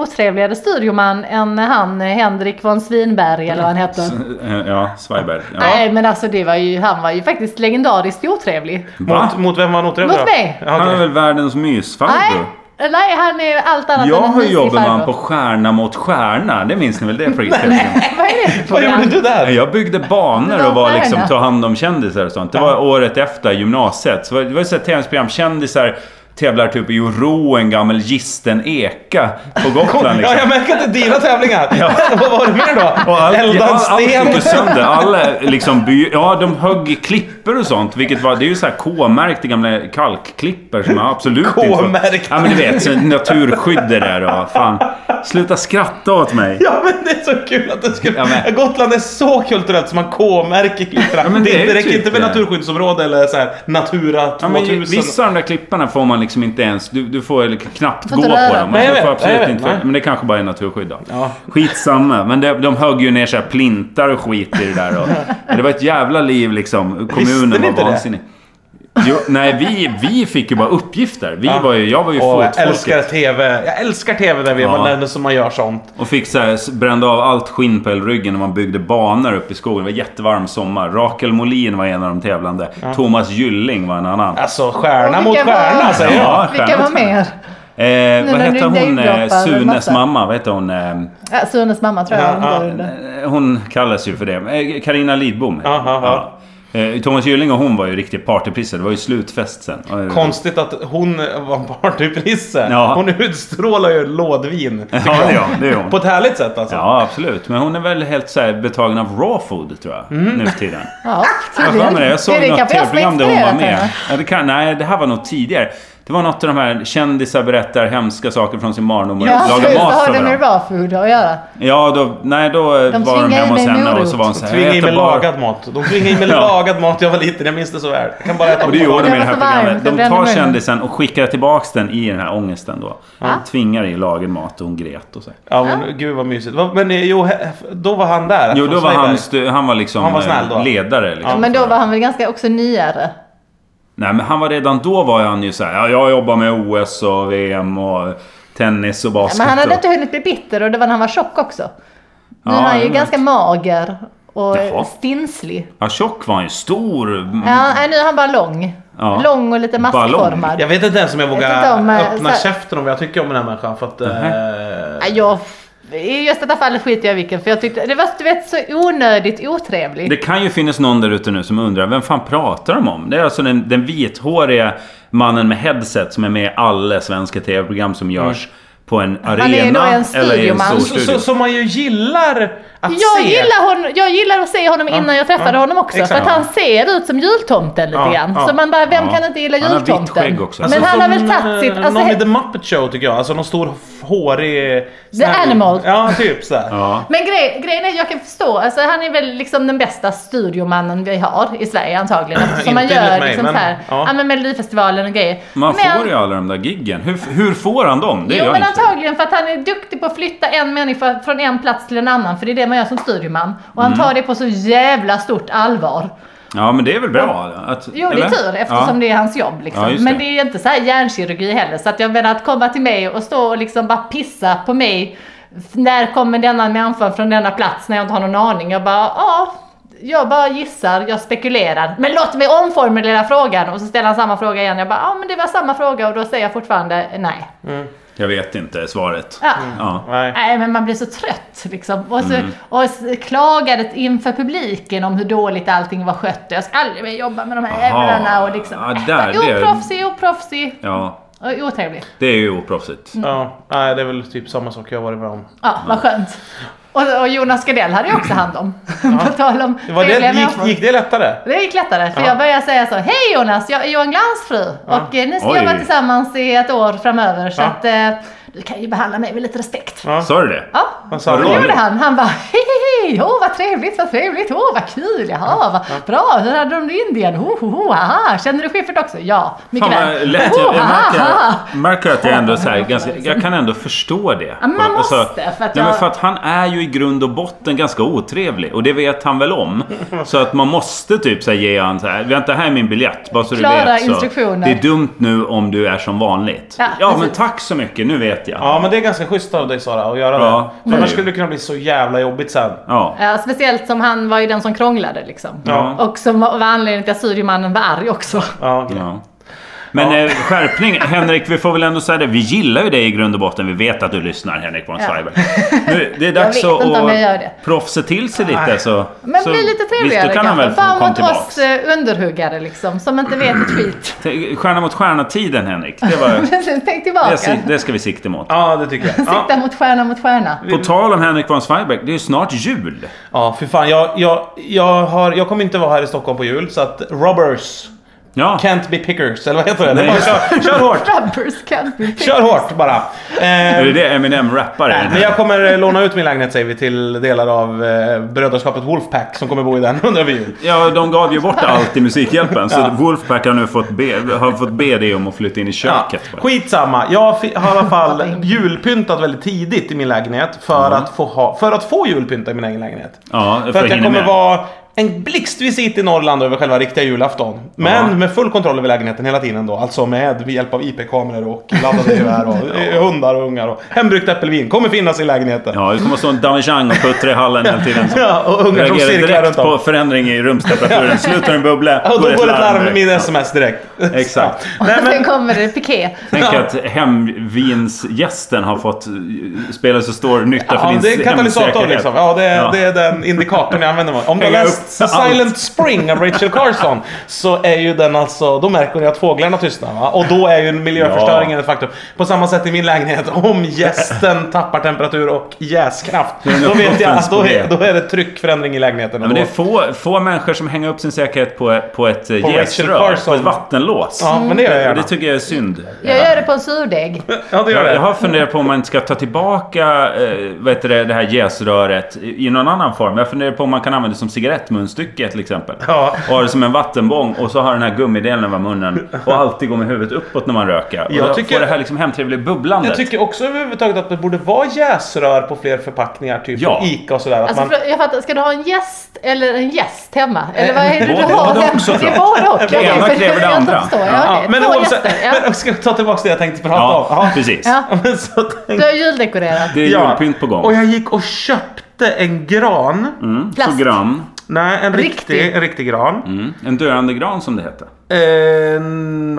Speaker 3: otrevligare studioman än han eh, Henrik von Svinberg eller vad han hette.
Speaker 2: Eh, Ja, Svajberg. Ja.
Speaker 3: Nej men alltså det var ju, han var ju faktiskt legendariskt otrevlig.
Speaker 2: Va?
Speaker 1: Mot, mot vem var han otrevlig?
Speaker 3: Mot
Speaker 1: då?
Speaker 3: mig.
Speaker 1: Ja,
Speaker 2: Han är
Speaker 1: okej.
Speaker 2: väl världens
Speaker 3: Nej,
Speaker 2: mysfarbror?
Speaker 3: nej, han är allt annat
Speaker 2: Jag
Speaker 3: än en
Speaker 2: har
Speaker 3: mysig
Speaker 2: jobbat man
Speaker 3: farbror.
Speaker 2: på Stjärna mot Stjärna. Det minns ni väl det priset?
Speaker 3: Vad är det för
Speaker 1: Vad gjorde
Speaker 3: program?
Speaker 1: du där?
Speaker 2: Jag byggde banor och var liksom
Speaker 3: Stjärna.
Speaker 2: ta hand om kändisar och sånt. Det var året efter gymnasiet. Så det var ju så ett tv-program, kändisar tävlar typ i att ro en gammal gisten eka på Gotland
Speaker 1: Ja,
Speaker 2: liksom.
Speaker 1: jag märker att det är dina tävlingar. Vad var det mer då?
Speaker 2: Och allt-
Speaker 1: Elda en
Speaker 2: ja, Allt
Speaker 1: sten.
Speaker 2: gick ju sönder. Alla liksom by, ja, de högg klippor och sånt. Vilket var, det är ju så här K-märkta gamla kalkklippor som jag absolut inte... får-
Speaker 1: K-märkta.
Speaker 2: Ja men du vet, så naturskydd det där och fan. Sluta skratta åt mig.
Speaker 1: Ja men det är så kul att det skulle...
Speaker 2: Ja, men-
Speaker 1: Gotland är så kulturellt som man K-märker klipporna.
Speaker 2: men
Speaker 1: det,
Speaker 2: det är
Speaker 1: det,
Speaker 2: ju
Speaker 1: räcker
Speaker 2: typ
Speaker 1: inte med
Speaker 2: det.
Speaker 1: naturskyddsområde eller så här Natura 2000.
Speaker 2: Ja, men ju- vissa av de där klipparna får man liksom inte ens... Du, du får ju liksom knappt gå
Speaker 3: Får inte
Speaker 2: på
Speaker 3: röra.
Speaker 2: dem.
Speaker 1: Nej, jag
Speaker 2: du får
Speaker 1: vet, jag
Speaker 2: absolut
Speaker 1: vet,
Speaker 2: inte,
Speaker 1: nej.
Speaker 2: men det kanske bara är naturskydd då.
Speaker 1: Ja.
Speaker 2: Skitsamma. Men det, de högg ju ner så här plintar och skit i det där. Och, det var ett jävla liv liksom.
Speaker 1: Visste
Speaker 2: Kommunen
Speaker 1: ni
Speaker 2: var
Speaker 1: inte det?
Speaker 2: vansinnig. Jo, nej, vi, vi fick ju bara uppgifter. Vi
Speaker 1: Ja.
Speaker 2: var ju, jag var ju
Speaker 1: Åh, jag älskar
Speaker 2: fotfolket.
Speaker 1: TV. Jag älskar TV där vi
Speaker 2: Ja.
Speaker 1: man lär sig man gör sånt.
Speaker 2: Och fick så här, brände av allt skinn på ryggen när man byggde banor uppe i skogen. Det var jättevarm sommar. Rakel Molin var en av de tävlande. Thomas Gylling var en annan.
Speaker 1: Alltså stjärna
Speaker 3: Och
Speaker 1: mot
Speaker 3: vilka
Speaker 1: stjärna
Speaker 3: var-
Speaker 1: säger jag.
Speaker 2: Ja,
Speaker 3: Vilka
Speaker 2: stjärna
Speaker 3: var
Speaker 2: mot stjärna.
Speaker 3: mer?
Speaker 2: Eh, vad
Speaker 3: när
Speaker 2: hette
Speaker 3: du
Speaker 2: hon, eh,
Speaker 3: namedroppar en
Speaker 2: Sunes
Speaker 3: massa.
Speaker 2: mamma? Vad hette hon? Eh,
Speaker 3: Ja, Sunes mamma tror jag
Speaker 1: Ja,
Speaker 3: hon ja,
Speaker 2: eh, hon kallas ju för det. Eh, Carina Lidbom.
Speaker 1: Ja, ja, ja.
Speaker 2: Ja. Eh, Thomas Gylling och hon var ju riktigt partypriser. Det var ju slutfest sen. Eh,
Speaker 1: Konstigt att hon var partyprisse.
Speaker 2: Ja.
Speaker 1: Hon utstrålar ju lådvin.
Speaker 2: Ja, det är hon. Det är hon.
Speaker 1: På ett härligt sätt alltså.
Speaker 2: Ja, absolut. Men hon är väl helt så här betagen av raw food, tror jag.
Speaker 1: Mhm.
Speaker 2: Nu för tiden.
Speaker 3: Ja,
Speaker 2: Jag har för mig det. Jag såg
Speaker 3: Erik,
Speaker 2: något
Speaker 3: kanske jag som
Speaker 2: tv-program där hon var
Speaker 3: inspirerat
Speaker 2: med.
Speaker 3: henne.
Speaker 2: Ja, det kan, nej, det här var nog tidigare. Det var något av de här kändisar berättar hemska saker från sin barndom och
Speaker 3: Ja,
Speaker 2: lagar
Speaker 3: precis.
Speaker 2: mat
Speaker 3: Har
Speaker 2: för
Speaker 3: det
Speaker 2: varandra.
Speaker 3: med raw food att göra?
Speaker 2: Ja, då, nej, då
Speaker 3: De
Speaker 2: var de
Speaker 3: tvingar i
Speaker 2: hemma hos
Speaker 3: mig
Speaker 2: henne och
Speaker 3: morot.
Speaker 2: så var hon så här,
Speaker 1: Tvingade
Speaker 2: "Jag
Speaker 1: i
Speaker 2: äter
Speaker 1: mig
Speaker 2: bara-
Speaker 1: lagad mat. De tvingade i mig
Speaker 2: Ja.
Speaker 1: lagad mat när jag var liten. Jag minns det så väl. Jag kan bara äta
Speaker 2: Och det
Speaker 1: potatis.
Speaker 2: gjorde de i det
Speaker 3: Det var
Speaker 2: här
Speaker 3: så varmt,
Speaker 2: programmet.
Speaker 3: det
Speaker 2: De
Speaker 3: brände
Speaker 2: tar
Speaker 3: munnen.
Speaker 2: kändisen och skickar tillbaks den i den här ångesten då. De tvingar i lagen mat och hon grät och så.
Speaker 1: Ja men gud vad mysigt. Vad- Men eh, jo, he- då var han där.
Speaker 2: Jo,
Speaker 1: från
Speaker 2: då var
Speaker 1: Svedberg.
Speaker 2: han, stu- han var liksom
Speaker 1: Han var snäll då.
Speaker 2: eh, ledare. Liksom,
Speaker 3: Men
Speaker 2: för-
Speaker 3: då var han väl ganska också nyare?
Speaker 2: Nej, men han var redan då var han ju så här, ja, jag jobbar med OS och VM och tennis och basket.
Speaker 3: Men han hade
Speaker 2: och...
Speaker 3: inte hunnit bli bitter och det var när han var tjock också.
Speaker 2: Ja,
Speaker 3: Nu är han
Speaker 2: jag
Speaker 3: ju
Speaker 2: vet.
Speaker 3: ganska mager och
Speaker 2: Jaha. Mm.
Speaker 3: stinslig.
Speaker 2: Ja, tjock var han ju. Stor. Mm.
Speaker 3: Ja, nej, nu är han bara lång.
Speaker 2: Ja.
Speaker 3: Lång och lite
Speaker 2: Ballong.
Speaker 3: maskformad.
Speaker 1: Jag vet inte ens om jag
Speaker 3: vet inte
Speaker 1: vågar
Speaker 3: om, eh,
Speaker 1: öppna
Speaker 3: så här-
Speaker 1: käften om vad jag tycker om den här människan. För att, eh,
Speaker 3: Ja, jag, I just detta fallet skiter jag i vilken för jag tyckte det var du vet, så onödigt otrevlig.
Speaker 2: Det kan ju finnas någon där ute nu som undrar, vem fan pratar de om? Det är alltså den, den vithåriga mannen med headset som är med i alla svenska tv-program som görs på en
Speaker 3: Mm. är ju
Speaker 2: arena
Speaker 3: då en
Speaker 2: eller i en
Speaker 3: studioman.
Speaker 2: stor
Speaker 1: så,
Speaker 2: studio.
Speaker 1: så, som man ju gillar att
Speaker 3: Jag
Speaker 1: se.
Speaker 3: gillar, hon, jag gillar att se honom innan jag träffade
Speaker 1: ja,
Speaker 3: honom också.
Speaker 1: exakt.
Speaker 3: För att han ser ut som jultomten lite
Speaker 1: Ja,
Speaker 3: grann.
Speaker 1: ja,
Speaker 3: så man bara, vem
Speaker 2: ja.
Speaker 3: kan inte gilla
Speaker 2: Han har vitt
Speaker 3: jultomten?
Speaker 2: skägg också.
Speaker 3: Men
Speaker 2: Alltså,
Speaker 3: han har
Speaker 1: som,
Speaker 3: väl
Speaker 1: eh,
Speaker 3: tagit sitt... Alltså,
Speaker 1: någon i
Speaker 3: he-
Speaker 1: The Muppet Show tycker jag. Alltså någon stor hårig...
Speaker 3: The Animal.
Speaker 1: Ja, typ såhär.
Speaker 2: Ja.
Speaker 3: men grej, grejen är, jag kan förstå. Alltså, han är väl liksom den bästa studiomannen vi har i Sverige antagligen. Som man
Speaker 1: Inte
Speaker 3: gör
Speaker 1: enligt mig,
Speaker 3: liksom
Speaker 1: men-
Speaker 3: så här,
Speaker 1: ja.
Speaker 3: ja. men Melodifestivalen och grejer.
Speaker 2: Man
Speaker 3: men,
Speaker 2: får ju alla de där giggen. Hur, hur får han dem? Det
Speaker 3: Jo
Speaker 2: gör
Speaker 3: men
Speaker 2: jag inte.
Speaker 3: antagligen för att han är duktig på att flytta en människa från en plats till en annan. För det är det man gör som studioman. Och han
Speaker 2: Mm.
Speaker 3: tar det på så jävla stort allvar.
Speaker 2: Ja, men det är väl bra? Att,
Speaker 3: Jo, det
Speaker 2: eller?
Speaker 3: är tur eftersom
Speaker 2: ja.
Speaker 3: det är hans jobb. Liksom.
Speaker 2: Ja, just det.
Speaker 3: Men det är inte så här hjärnkirurgi heller. Så att jag menar att komma till mig och stå och liksom bara pissa på mig. När kommer denna människan från denna plats när jag inte har någon aning? Jag bara, ja. Jag bara gissar, jag spekulerar. Men låt mig omformulera frågan och så ställer han samma fråga igen. Jag bara, ja men det var samma fråga och då säger jag fortfarande nej.
Speaker 2: Jag vet inte svaret.
Speaker 3: Ja.
Speaker 2: Ja.
Speaker 1: Nej.
Speaker 3: Nej men man blir så trött liksom. Och, så,
Speaker 1: Mm.
Speaker 3: och s- klagade inför publiken om hur dåligt allting var skött. Jag ska aldrig mer jobba med de här
Speaker 2: Aha.
Speaker 3: jävlarna och liksom.
Speaker 2: Ja, där, det är-
Speaker 3: oproffsig, oproffsig
Speaker 2: ja,
Speaker 3: och otrevlig.
Speaker 2: det är ju oproffsigt.
Speaker 1: Ja, nej, det är väl typ samma sak jag har varit med om.
Speaker 3: Ja, vad skönt. Och, och Jonas Gardell hade jag också hand om. På tal om
Speaker 1: Det var
Speaker 3: trevliga
Speaker 1: det,
Speaker 3: människor.
Speaker 1: gick, gick det lättare?
Speaker 3: Det gick lättare för
Speaker 1: Ja.
Speaker 3: jag började säga så. Hej Jonas, jag är Johan Glans fru och eh, ni ska
Speaker 2: Oj.
Speaker 3: jobba tillsammans i ett år framöver så
Speaker 1: Ja.
Speaker 3: att eh, du kan ju behandla mig med lite respekt.
Speaker 1: Ja.
Speaker 2: Sa du det?
Speaker 3: Ja,
Speaker 1: Vad sa
Speaker 3: det
Speaker 1: han?
Speaker 3: gjorde han. Han bara hej, hej, hej, åh vad trevligt, vad trevligt, åh vad kul, jaha, vad bra, hur hade de det i Indien? Ho, ho, ho, haha. Känner du Schyffert också? Ja, mycket
Speaker 2: Fan
Speaker 3: väl.
Speaker 2: vad lätt. Jag
Speaker 3: Ho, haha, haha.
Speaker 2: märker, märker att jag ändå så här, ganska, jag kan ändå förstå det.
Speaker 3: Ja, men man
Speaker 2: Alltså,
Speaker 3: måste, för att
Speaker 2: nej, men
Speaker 3: jag-
Speaker 2: för att han är ju i grund och botten ganska otrevlig. Och det vet han väl om. Så att man måste typ så här, ge han så här, vänta här är min biljett. Bara så
Speaker 3: Klara
Speaker 2: du vet. Så,
Speaker 3: instruktioner.
Speaker 2: Det är dumt nu om du är som vanligt.
Speaker 3: Ja,
Speaker 2: Ja, men
Speaker 3: precis.
Speaker 2: tack så mycket, nu vet jag.
Speaker 1: Ja, men det är ganska schysst av dig Sara att göra
Speaker 2: Ja,
Speaker 1: det.
Speaker 2: det
Speaker 1: För
Speaker 2: är
Speaker 1: annars
Speaker 2: ju.
Speaker 1: skulle det kunna bli så jävla jobbigt sen.
Speaker 2: Ja.
Speaker 3: Ja, speciellt som han var ju den som krånglade liksom.
Speaker 1: Ja.
Speaker 3: Och som var var anledningen till att studiomannen var arg också.
Speaker 1: Ja, okej.
Speaker 2: ja. Men eh, skärpning, Henrik, vi får väl ändå säga det. Vi gillar ju dig i grund och botten. Vi vet att du lyssnar, Henrik von
Speaker 3: Ja.
Speaker 2: Cyber. Nu, det är
Speaker 3: vet
Speaker 2: dags att
Speaker 3: inte om jag gör det.
Speaker 2: att proffsa till sig lite. Så,
Speaker 3: Men
Speaker 2: så,
Speaker 3: bli lite trevligare
Speaker 2: Visst, då kan han väl
Speaker 3: kanske.
Speaker 2: få
Speaker 3: Bara
Speaker 2: komma
Speaker 3: mot
Speaker 2: tillbaks.
Speaker 3: oss eh, underhuggare liksom, som inte vet ett skit.
Speaker 2: T- Stjärna mot stjärna-tiden, Henrik. Det, var,
Speaker 3: Tänk
Speaker 2: det,
Speaker 3: tillbaka.
Speaker 2: si- det ska vi sikta mot.
Speaker 1: Ja, det tycker jag. Ja,
Speaker 3: Sikta mot stjärna mot stjärna.
Speaker 2: På tal om Henrik von Zweigbergk, det är ju snart jul.
Speaker 1: ja för fan. Jag, jag, jag, har, jag kommer inte vara här i Stockholm på jul, så att robbers
Speaker 2: Ja,
Speaker 1: can't be pickers. Eller vad heter det? det är
Speaker 2: Nej,
Speaker 1: bara,
Speaker 2: just
Speaker 1: kör, kör hårt!
Speaker 3: Rubbers can't be
Speaker 1: Kör hårt bara.
Speaker 2: är
Speaker 1: Eh,
Speaker 2: det det Eminem rappar i den
Speaker 1: men
Speaker 2: här?
Speaker 1: jag kommer eh, låna ut min lägenhet säger vi till delar av eh, brödraskapet Wolfpack som kommer bo i den under jul.
Speaker 2: Ja, de gav ju bort allt i Musikhjälpen. Så Wolfpack har nu fått be, har fått be dig om att flytta in i
Speaker 1: Ja,
Speaker 2: köket. bara.
Speaker 1: skitsamma. Jag fi- har i alla fall julpyntat väldigt tidigt i min lägenhet för, att, få ha, för att få julpynta i min egen lägenhet.
Speaker 2: Ja,
Speaker 1: För att
Speaker 2: hinna
Speaker 1: jag kommer
Speaker 2: med.
Speaker 1: vara en blixtvisit i Norrland över själva riktiga julafton. Men med full kontroll över lägenheten hela tiden då. Alltså med hjälp av IP-kameror och laddade gevär och eh, hundar och ungar. Och hembryggt äppelvin kommer finnas i lägenheten. Ja.
Speaker 2: Ja, det kommer stå en damejang och puttra i hallen hela tiden. som
Speaker 1: och ungar som
Speaker 2: Reagerar
Speaker 1: cirklar
Speaker 2: direkt
Speaker 1: runt
Speaker 2: på
Speaker 1: om.
Speaker 2: förändring i rumstemperaturen. Slutar en bubbla,
Speaker 1: Och då går ett larm med
Speaker 2: direkt.
Speaker 1: min sms direkt.
Speaker 2: Exakt.
Speaker 1: Ja. Nej, men,
Speaker 3: Sen kommer det piké.
Speaker 2: Tänk att hemvinsgästen har fått eh, spela så stor nytta för
Speaker 1: Ja,
Speaker 2: din
Speaker 1: det är en katalysator
Speaker 2: hemsäkerhet.
Speaker 1: liksom. Ja, det är,
Speaker 2: Ja.
Speaker 1: det är den indikatorn jag använder mig av. Om du har
Speaker 2: Hänga
Speaker 1: läst
Speaker 2: upp allt.
Speaker 1: Silent Spring av Rachel Carson så är ju den alltså, då märker ni att fåglarna tystnar va? Och då är ju miljöförstöringen ett faktum. På samma sätt i min lägenhet, om gästen tappar temperatur och jäskraft. Då vet jag att då är, då är det tryckförändring i lägenheten.
Speaker 2: Men det är
Speaker 1: ändå.
Speaker 2: få, få människor som hänger upp sin säkerhet på, på ett eh,
Speaker 1: På Rachel
Speaker 2: jäsrör. På
Speaker 1: Carson.
Speaker 2: ett vattenlås.
Speaker 1: Ja, men det gör jag
Speaker 2: Och
Speaker 1: gärna.
Speaker 2: det tycker jag är synd.
Speaker 3: Jag gör det på en surdeg.
Speaker 1: Ja, det gör
Speaker 2: Jag, jag
Speaker 1: det.
Speaker 2: har funderat på om man inte ska ta tillbaka eh, vad heter det, det här jäsröret i i någon annan form. Jag funderar på om man kan använda det som cigarettmunstycke till exempel.
Speaker 1: Ja.
Speaker 2: Och ha det som en vattenbång och så har den här gummidelen över munnen. Och alltid gå med huvudet uppåt när man röker. Och
Speaker 1: Jag
Speaker 2: då
Speaker 1: tycker-
Speaker 2: får det här liksom hemtrevliga bubblandet.
Speaker 1: Jag tycker också överhuvudtaget att det borde vara jäsrör på fler förpackningar, typ
Speaker 2: Ja.
Speaker 1: Ica och sådär. Att
Speaker 3: Alltså,
Speaker 1: man-
Speaker 3: för- jag fattar, ska du ha en gäst eller en gäst hemma? Eller
Speaker 1: Eh,
Speaker 3: vad är det
Speaker 2: både-
Speaker 3: du har
Speaker 2: både
Speaker 3: hemma?
Speaker 2: också,
Speaker 3: det
Speaker 2: tror
Speaker 3: är
Speaker 2: jag.
Speaker 3: både och.
Speaker 2: Det ena
Speaker 3: Okej, för-
Speaker 2: kräver det
Speaker 3: jag
Speaker 2: andra.
Speaker 3: förstår.
Speaker 1: Ja,
Speaker 3: Ja, okej.
Speaker 1: men
Speaker 3: Två
Speaker 1: oavsett,
Speaker 3: gäster. Ja.
Speaker 1: men jag ska ta tillbaka det jag tänkte prata
Speaker 2: Ja,
Speaker 1: om. Ja.
Speaker 2: precis.
Speaker 3: Ja.
Speaker 1: Ja, men så tänkte
Speaker 3: Du har juldeck på det. här.
Speaker 2: Det är
Speaker 1: Ja.
Speaker 2: julpynt på gång.
Speaker 1: Och jag gick och köpte en gran.
Speaker 2: Mm,
Speaker 3: Plast.
Speaker 2: Så gran.
Speaker 1: Nej, en riktig,
Speaker 3: Riktig.
Speaker 1: En riktig gran.
Speaker 2: Mm. En döende gran som det heter.
Speaker 1: Eh,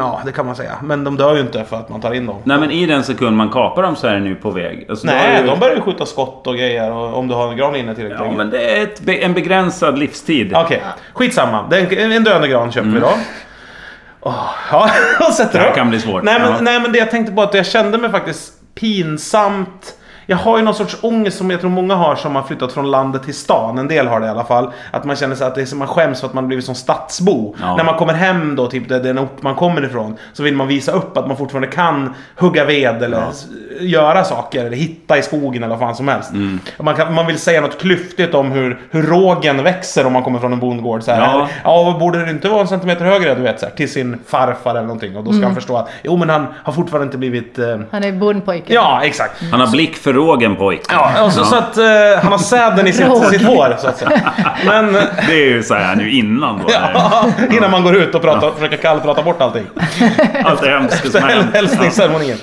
Speaker 1: ja, det kan man säga. Men de dör ju inte för att man tar in dem.
Speaker 2: Nej men i den sekund man kapar dem så är den ju på väg. Alltså, då har
Speaker 1: Nej,
Speaker 2: ju-
Speaker 1: de börjar ju skjuta skott och grejer och, om du har en gran inne tillräckligt
Speaker 2: Ja
Speaker 1: länge.
Speaker 2: men det är ett, be- en begränsad livstid.
Speaker 1: Okej, skitsamma. Det är en, en döende gran köper vi då. Åh, ja, och sätter
Speaker 2: Mm. Det här
Speaker 1: upp.
Speaker 2: kan bli svårt.
Speaker 1: Nej men,
Speaker 2: Ja.
Speaker 1: nej men det jag tänkte på att jag kände mig faktiskt pinsamt. Jag har ju någon sorts ångest som jag tror många har som har flyttat från landet till stan. En del har det i alla fall. Att man känner sig att det är, som- man skäms för att man blivit som stadsbo.
Speaker 2: Ja.
Speaker 1: När man kommer hem då, typ där den ort man kommer ifrån. Så vill man visa upp att man fortfarande kan hugga ved eller s- göra saker. Eller hitta i skogen eller vad fan som helst. Man, kan, man vill säga något klyftigt om hur, hur rågen växer om man kommer från en bondgård. Så här.
Speaker 2: Ja.
Speaker 1: Ja, borde det inte vara en centimeter högre du vet, så här, till sin farfar eller någonting. Och då ska han förstå att jo, men han har fortfarande inte blivit... Eh,
Speaker 3: Han är bondpojke.
Speaker 1: ja, exakt.
Speaker 2: Han har blick för rågen pojk.
Speaker 1: Ja, och så, så att eh, han har säden i
Speaker 3: Råg.
Speaker 1: sitt, sitt hår så att säga. Men eh,
Speaker 2: Det är ju så här nu innan då.
Speaker 1: innan man går ut och pratar, försöker kallprata bort allting.
Speaker 2: Allt det hemska som har
Speaker 1: Häl-
Speaker 2: hänt.
Speaker 1: Hälsningsceremonin.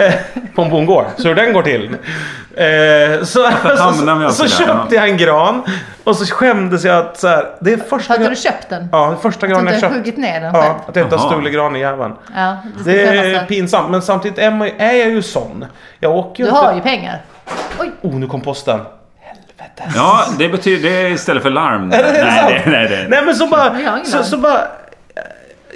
Speaker 1: Eh, På en bondgård. Så hur den går till. Eh, så
Speaker 2: hamnar vi
Speaker 1: så,
Speaker 2: alltid
Speaker 1: så,
Speaker 2: där? Ja.
Speaker 1: köpte jag en gran och så skämdes jag att så här, det är första
Speaker 3: Hade du
Speaker 1: gran-
Speaker 3: köpt den?
Speaker 1: Ja, det är första
Speaker 3: Så
Speaker 1: granen jag
Speaker 3: du har
Speaker 1: köpt.
Speaker 3: huggit ner den själv?
Speaker 1: Ja, att jag inte har
Speaker 2: Jaha.
Speaker 1: stulit gran i jäveln.
Speaker 3: Ja, det ska
Speaker 1: Det
Speaker 3: krävas
Speaker 1: är
Speaker 3: där.
Speaker 1: pinsamt, men samtidigt är, man, ju- är jag ju sån. Jag åker ju
Speaker 3: Du
Speaker 1: inte...
Speaker 3: har ju pengar. Oj,
Speaker 1: Oh, nu kom posten.
Speaker 2: Ja, det betyder det är istället för larm. Nej,
Speaker 1: det sant?
Speaker 2: nej, nej, nej.
Speaker 1: Nej, men så bara...
Speaker 3: Jag har ingen
Speaker 1: Så,
Speaker 3: aning.
Speaker 1: så bara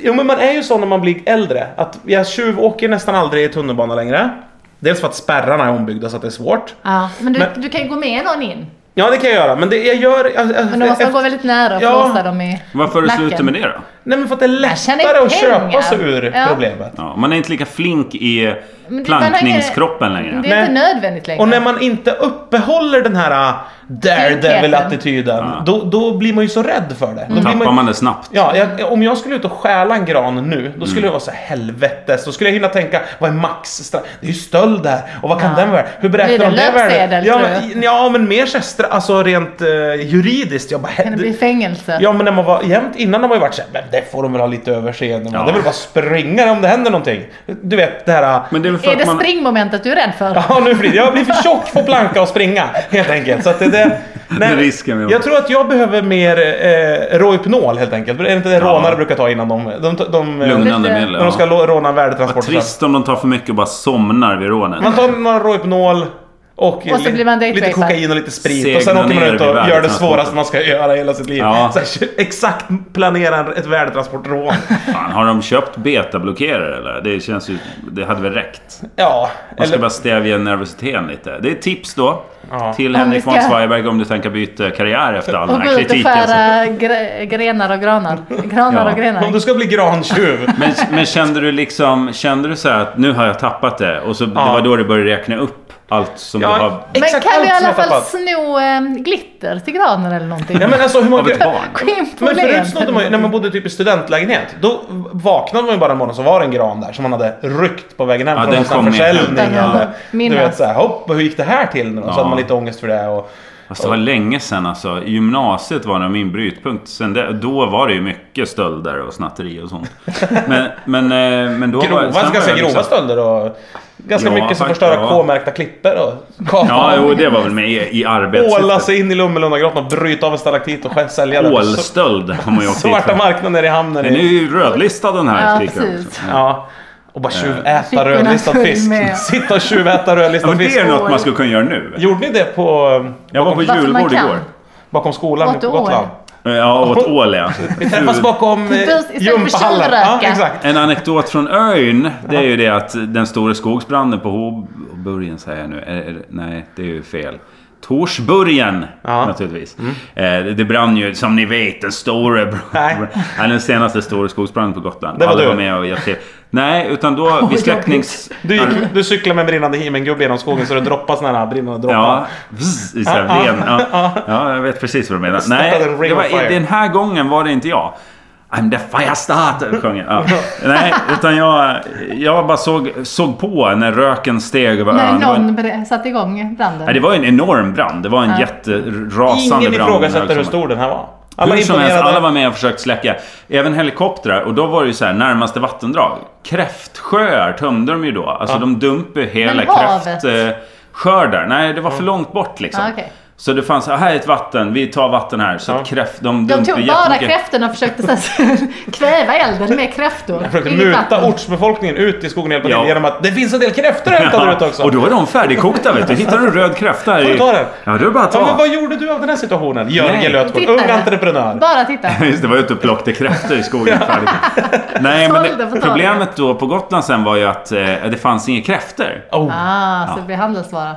Speaker 1: jo, men man är ju sån när man blir äldre. Att jag tjuvåker nästan aldrig i tunnelbana längre. Dels för att spärrarna är ombyggda så att det är svårt.
Speaker 3: Ja, men du,
Speaker 1: Men-
Speaker 3: du kan ju gå med någon in.
Speaker 1: Ja, det kan jag göra, men det jag gör...
Speaker 3: Men då måste man gå väldigt nära och
Speaker 1: Ja.
Speaker 3: flåsa dem i
Speaker 2: Varför har du
Speaker 3: nacken.
Speaker 2: slutat med det då?
Speaker 1: Nej, men för att det är
Speaker 3: tjänar
Speaker 1: lättare att
Speaker 3: pengar.
Speaker 1: köpa sig ur
Speaker 3: Ja.
Speaker 1: problemet.
Speaker 2: Ja, man är inte lika flink i
Speaker 3: Men det- man har ingen-
Speaker 2: plankningskroppen längre.
Speaker 3: Det är inte
Speaker 1: Nej.
Speaker 3: nödvändigt längre.
Speaker 1: Och när man inte uppehåller den här ah, daredevil-attityden,
Speaker 2: Ja.
Speaker 1: då, då blir man ju så rädd för det. Då blir
Speaker 2: Tappar man det snabbt.
Speaker 1: Ja, jag, om jag skulle ut och stjäla en gran nu, då
Speaker 2: Mm.
Speaker 1: skulle jag vara så här, helvetes. Då skulle jag hinna tänka, vad är maxstraff? Det är ju stöld där. Och vad kan
Speaker 3: Ja.
Speaker 1: den vara Hur
Speaker 3: Blir det
Speaker 1: beräknar de det
Speaker 3: löpsedel,
Speaker 1: värdet? Ja,
Speaker 3: tror
Speaker 1: men- ja, men mer så här stra- alltså rent eh, juridiskt. Jag bara,
Speaker 3: Kan det bli
Speaker 1: he-
Speaker 3: fängelse?
Speaker 1: ja, men när man var jämt innan har man ju varit såhär, men det det får de väl ha lite överseende med. Det är väl bara att springa om det händer någonting. Du vet det här...
Speaker 2: Men det är väl för
Speaker 3: Är
Speaker 2: att
Speaker 3: det
Speaker 2: man...
Speaker 3: springmomentet du är rädd för?
Speaker 1: Ja, nu blir jag blir för tjock för att planka och springa helt enkelt. Så att det, det, nej,
Speaker 2: risken med
Speaker 1: jag tror att jag behöver mer eh, Rohypnol helt enkelt. Är det inte det rånare brukar ta innan de... de, de, de
Speaker 2: Lugnande
Speaker 3: Lite-
Speaker 2: medel.
Speaker 1: När de ska
Speaker 2: Ja.
Speaker 1: lo- råna en
Speaker 2: Vad
Speaker 1: värdetransport.
Speaker 2: trist om de tar för mycket och bara somnar vid rånet.
Speaker 1: Man tar några Rohypnol och,
Speaker 3: Och så blir man
Speaker 1: lite
Speaker 3: daytrapad.
Speaker 1: kokain och lite sprit.
Speaker 2: Segna
Speaker 1: och sen åker man
Speaker 2: ner
Speaker 1: ut
Speaker 2: vid
Speaker 1: och gör det
Speaker 2: värdetransporten.
Speaker 1: svåraste man ska göra i hela sitt liv.
Speaker 2: Ja.
Speaker 1: Så här, exakt planera en- ett värdetransportrån.
Speaker 2: Fan, har de köpt betablockerare eller? Det känns ju... Det hade väl räckt?
Speaker 1: ja,
Speaker 2: Man ska
Speaker 1: eller...
Speaker 2: bara stävja nervositeten lite. Det är ett tips då.
Speaker 1: Ja.
Speaker 2: Till
Speaker 3: Om
Speaker 2: Henrik
Speaker 3: vi
Speaker 2: von
Speaker 3: ska-
Speaker 2: Zweigbergk om du tänker byta karriär efter all den
Speaker 3: Och gå
Speaker 2: här
Speaker 3: ut och
Speaker 2: kritiken.
Speaker 3: skära gre- grenar och granar. Granar
Speaker 2: Ja.
Speaker 3: och
Speaker 1: Om
Speaker 3: grenar.
Speaker 1: du ska bli grantjuv.
Speaker 2: Men, men kände du liksom... Kände du så här att nu har jag tappat det? Och så det var då du började räkna upp allt som
Speaker 1: Ja,
Speaker 2: du har...
Speaker 3: Men
Speaker 1: exakt
Speaker 3: kan
Speaker 1: allt
Speaker 3: du i
Speaker 1: som
Speaker 3: alla
Speaker 1: jag
Speaker 3: fall
Speaker 1: tappat.
Speaker 3: sno eh, glitter till granen eller någonting?
Speaker 1: Ja, men alltså, hur
Speaker 2: Av
Speaker 1: många...
Speaker 2: ett barn.
Speaker 3: Gå in på
Speaker 1: Men
Speaker 3: Åhléns
Speaker 1: förut snodde
Speaker 3: eller
Speaker 1: man ju, när man
Speaker 3: någonting.
Speaker 1: bodde typ i studentlägenhet, då vaknade man ju bara en morgon så var det en gran där som man hade ryckt på vägen hem
Speaker 2: Ja,
Speaker 1: från
Speaker 2: den
Speaker 1: någon sån
Speaker 2: kom
Speaker 1: här
Speaker 2: med
Speaker 1: försäljning.
Speaker 3: hem. Den hade-
Speaker 1: eller- Du
Speaker 3: minnas.
Speaker 1: vet såhär, hopp, hur gick det här till nu då? Så
Speaker 2: Ja.
Speaker 1: hade man lite ångest för det och...
Speaker 2: Fast det var länge sedan alltså. I Gymnasiet var nog min brytpunkt. Sen det, då var det ju mycket stölder och snatteri och sånt. Men, men, eh, men då var
Speaker 1: Grova,
Speaker 2: sen var
Speaker 1: ganska
Speaker 2: jag
Speaker 1: grova
Speaker 2: liksom-
Speaker 1: stölder och... Ganska
Speaker 2: Ja,
Speaker 1: mycket som
Speaker 2: fakt-
Speaker 1: förstör
Speaker 2: ja.
Speaker 1: K-märkta klippor och... kapa-
Speaker 2: Ja, jo, det var väl med i, i
Speaker 1: Åla
Speaker 2: arbetssyfte.
Speaker 1: sig in i Lummelundagrottan och bryta av en stalaktit och själv sälja den. Så-
Speaker 2: Ålstöld har man ju åkt dit
Speaker 1: Svarta
Speaker 2: för.
Speaker 1: marknaden nere i hamnen.
Speaker 2: Den är
Speaker 1: i-
Speaker 2: ju rödlistad den här
Speaker 3: Ja,
Speaker 2: artikeln
Speaker 3: precis.
Speaker 2: också.
Speaker 1: Ja. Och bara tjuväta
Speaker 3: Fickorna
Speaker 1: rödlistad
Speaker 3: full
Speaker 1: fisk.
Speaker 3: med.
Speaker 1: Sitta och tjuväta
Speaker 2: Eh. Ja,
Speaker 1: rödlistad
Speaker 2: men det
Speaker 1: fisk.
Speaker 2: är något man skulle kunna göra nu.
Speaker 1: Gjorde ni det på... eh,
Speaker 2: Jag var på
Speaker 3: Varför man
Speaker 2: julbord
Speaker 3: kan.
Speaker 2: igår.
Speaker 1: Bakom skolan
Speaker 3: Åt
Speaker 1: på
Speaker 3: år.
Speaker 1: Gotland.
Speaker 2: Ja, åt ål ja.
Speaker 1: Vi träffas bakom eh,
Speaker 3: Precis, istället för
Speaker 1: gympahallen. Ja,
Speaker 3: tjuvröka.
Speaker 1: exakt.
Speaker 2: En anekdot från Öyn, det är ju det att den stora skogsbranden på Hoburgen säger jag nu. Eh, eh, Nej, det är ju fel. Torsburgen
Speaker 1: Ja. Mm.
Speaker 2: naturligtvis. Eh, det- Det brann ju som ni vet den stora br-
Speaker 1: Nej.
Speaker 2: Nej, den senaste stora skogsbranden på Gotland.
Speaker 1: Det var
Speaker 2: Alla
Speaker 1: du.
Speaker 2: var med och hjälpte till. Nej, utan då vid släcknings...
Speaker 1: Du, gick, du cyklade med en brinnande himengubbe genom skogen så det droppar sådana här brinnande droppar.
Speaker 2: Ja, vzz, i så här
Speaker 1: Ja,
Speaker 2: ven. Ja. ja, jag vet precis vad du menar.
Speaker 1: startade
Speaker 2: Nej,
Speaker 1: en ring
Speaker 2: det
Speaker 1: of fire.
Speaker 2: var, den här gången var det inte jag. I'm the fire starter, sjöng jag. Ja. Nej, utan jag, jag bara såg, såg på när röken steg över
Speaker 3: När
Speaker 2: ön. Det var en-
Speaker 3: någon bre- satte igång branden.
Speaker 2: Nej, det var en enorm brand. Det var en jätterasande
Speaker 1: Ingen
Speaker 2: brand.
Speaker 1: ifrågasätter hur stor den här var.
Speaker 2: Alla
Speaker 1: Alla
Speaker 2: hur som helst,
Speaker 1: imponerade.
Speaker 2: alla var med och försökte släcka. Även helikoptrar. Och då var det ju så här, närmaste vattendrag. Kräftsjöar tömde de ju då. Alltså de dumpade ju hela
Speaker 3: Men havet?
Speaker 2: kräftskördar. Nej, det var för långt bort liksom.
Speaker 3: Ah, okej.
Speaker 2: Så det fanns, ah, här är ett vatten, vi tar vatten här. Så
Speaker 1: Ja.
Speaker 2: att kräft, de
Speaker 3: De
Speaker 2: dumpade
Speaker 3: tog bara
Speaker 2: jättemycket.
Speaker 3: kräftorna och försökte så här, kväva elden med kräftor.
Speaker 1: Jag försökte
Speaker 3: Inget vatten.
Speaker 1: muta ortsbefolkningen ut i skogen och hjälpa
Speaker 2: Ja.
Speaker 1: till genom att det finns en del kräftor här ute där ute också.
Speaker 2: Och då är de färdigkokta vet du. Hittar du en röd kräfta här
Speaker 1: Får du ta den?
Speaker 2: Ja, då är det bara att
Speaker 1: ja, men
Speaker 2: ta.
Speaker 1: vad gjorde du av den här situationen?
Speaker 2: Nej.
Speaker 1: Jörgen Lötgård,
Speaker 3: Titta.
Speaker 1: ung entreprenör.
Speaker 3: Bara titta.
Speaker 2: Just det, var ute och plockade kräftor i skogen färdigt. Nej, men
Speaker 3: Sålde på
Speaker 2: det,
Speaker 3: torget.
Speaker 2: problemet då på Gotland sen var ju att eh, det fanns inga kräftor.
Speaker 1: Oh.
Speaker 3: Ah, så det blir handelsvara.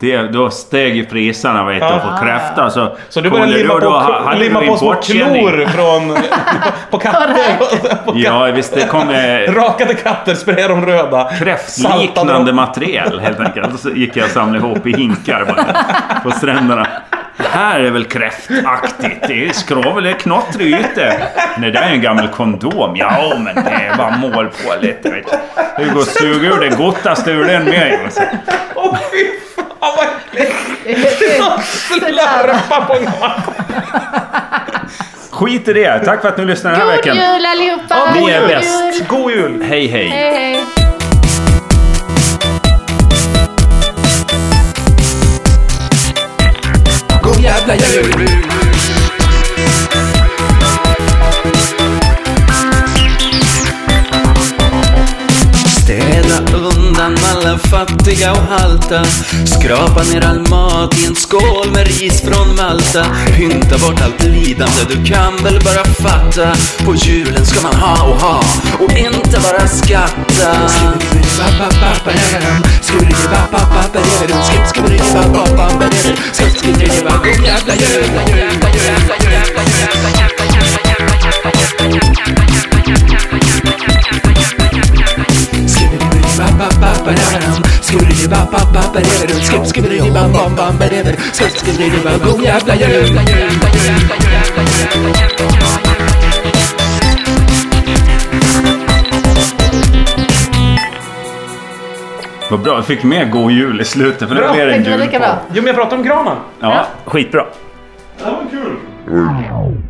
Speaker 2: Det, då steg ju priserna vet du,
Speaker 1: Ja.
Speaker 2: på kräfta. Så,
Speaker 1: Ah. Så du började
Speaker 2: kunde
Speaker 1: limma
Speaker 2: då
Speaker 1: på,
Speaker 2: ha- hade
Speaker 1: limma
Speaker 2: du
Speaker 1: på små
Speaker 2: importkänning.
Speaker 1: klor från, på katter. på katter.
Speaker 2: Ja, visst det kom eh,
Speaker 1: Rakade katter, sprayade dem röda. saltade
Speaker 2: kräftliknande
Speaker 1: dem.
Speaker 2: material helt enkelt. Så gick jag och samlade ihop i hinkar bara, på stränderna. Det här är väl kräftaktigt. Det är skrovel, det är knottrigt ute. Men det där är ju en gammal kondom. Ja, men det är bara mål på lite. Vet du. Det går att suga ur den gotta stulen med. ju. Så-
Speaker 1: Åh fy fan vad äckligt! De Slurpa på en
Speaker 2: Skit i det. Tack för att ni lyssnade den här
Speaker 3: God
Speaker 2: veckan.
Speaker 3: jul allihopa!
Speaker 2: ni
Speaker 3: God
Speaker 2: är
Speaker 3: jul.
Speaker 2: bäst.
Speaker 1: God jul!
Speaker 2: Hej, hej.
Speaker 3: Hej, hej.
Speaker 5: God jävla jul! Städa undan alla fattiga och halta Skrapa ner all mat i en skål med ris från Malta Pynta bort allt lidande, du kan väl bara fatta På julen ska man ha och ha och inte bara skatta Skibidi-bidi-ba-ba-ba-ba-da-da-dam. Skibidi-ba-ba-ba-ba-da-da-dam. Skib- skibidi-ba-ba-ba-ba-da-da-dam. Skib- skibidi-ba- God jävla jul! Skibidi-ba-ba-ba-ba-da-da-dam. Skibidi-ba-ba-ba-ba-da-da-dam. Skib- skibidi-ba-ba-ba-ba-da-da-dam. Skib- skibidi-ba- God jävla jul!
Speaker 2: Vad bra, jag fick med God Jul i slutet för det
Speaker 1: Bra.
Speaker 2: blev en
Speaker 3: Det var lika
Speaker 2: julpodd.
Speaker 3: bra.
Speaker 1: Jo men jag pratar om granen.
Speaker 2: Ja, skitbra.
Speaker 1: Det var kul.
Speaker 6: Wow.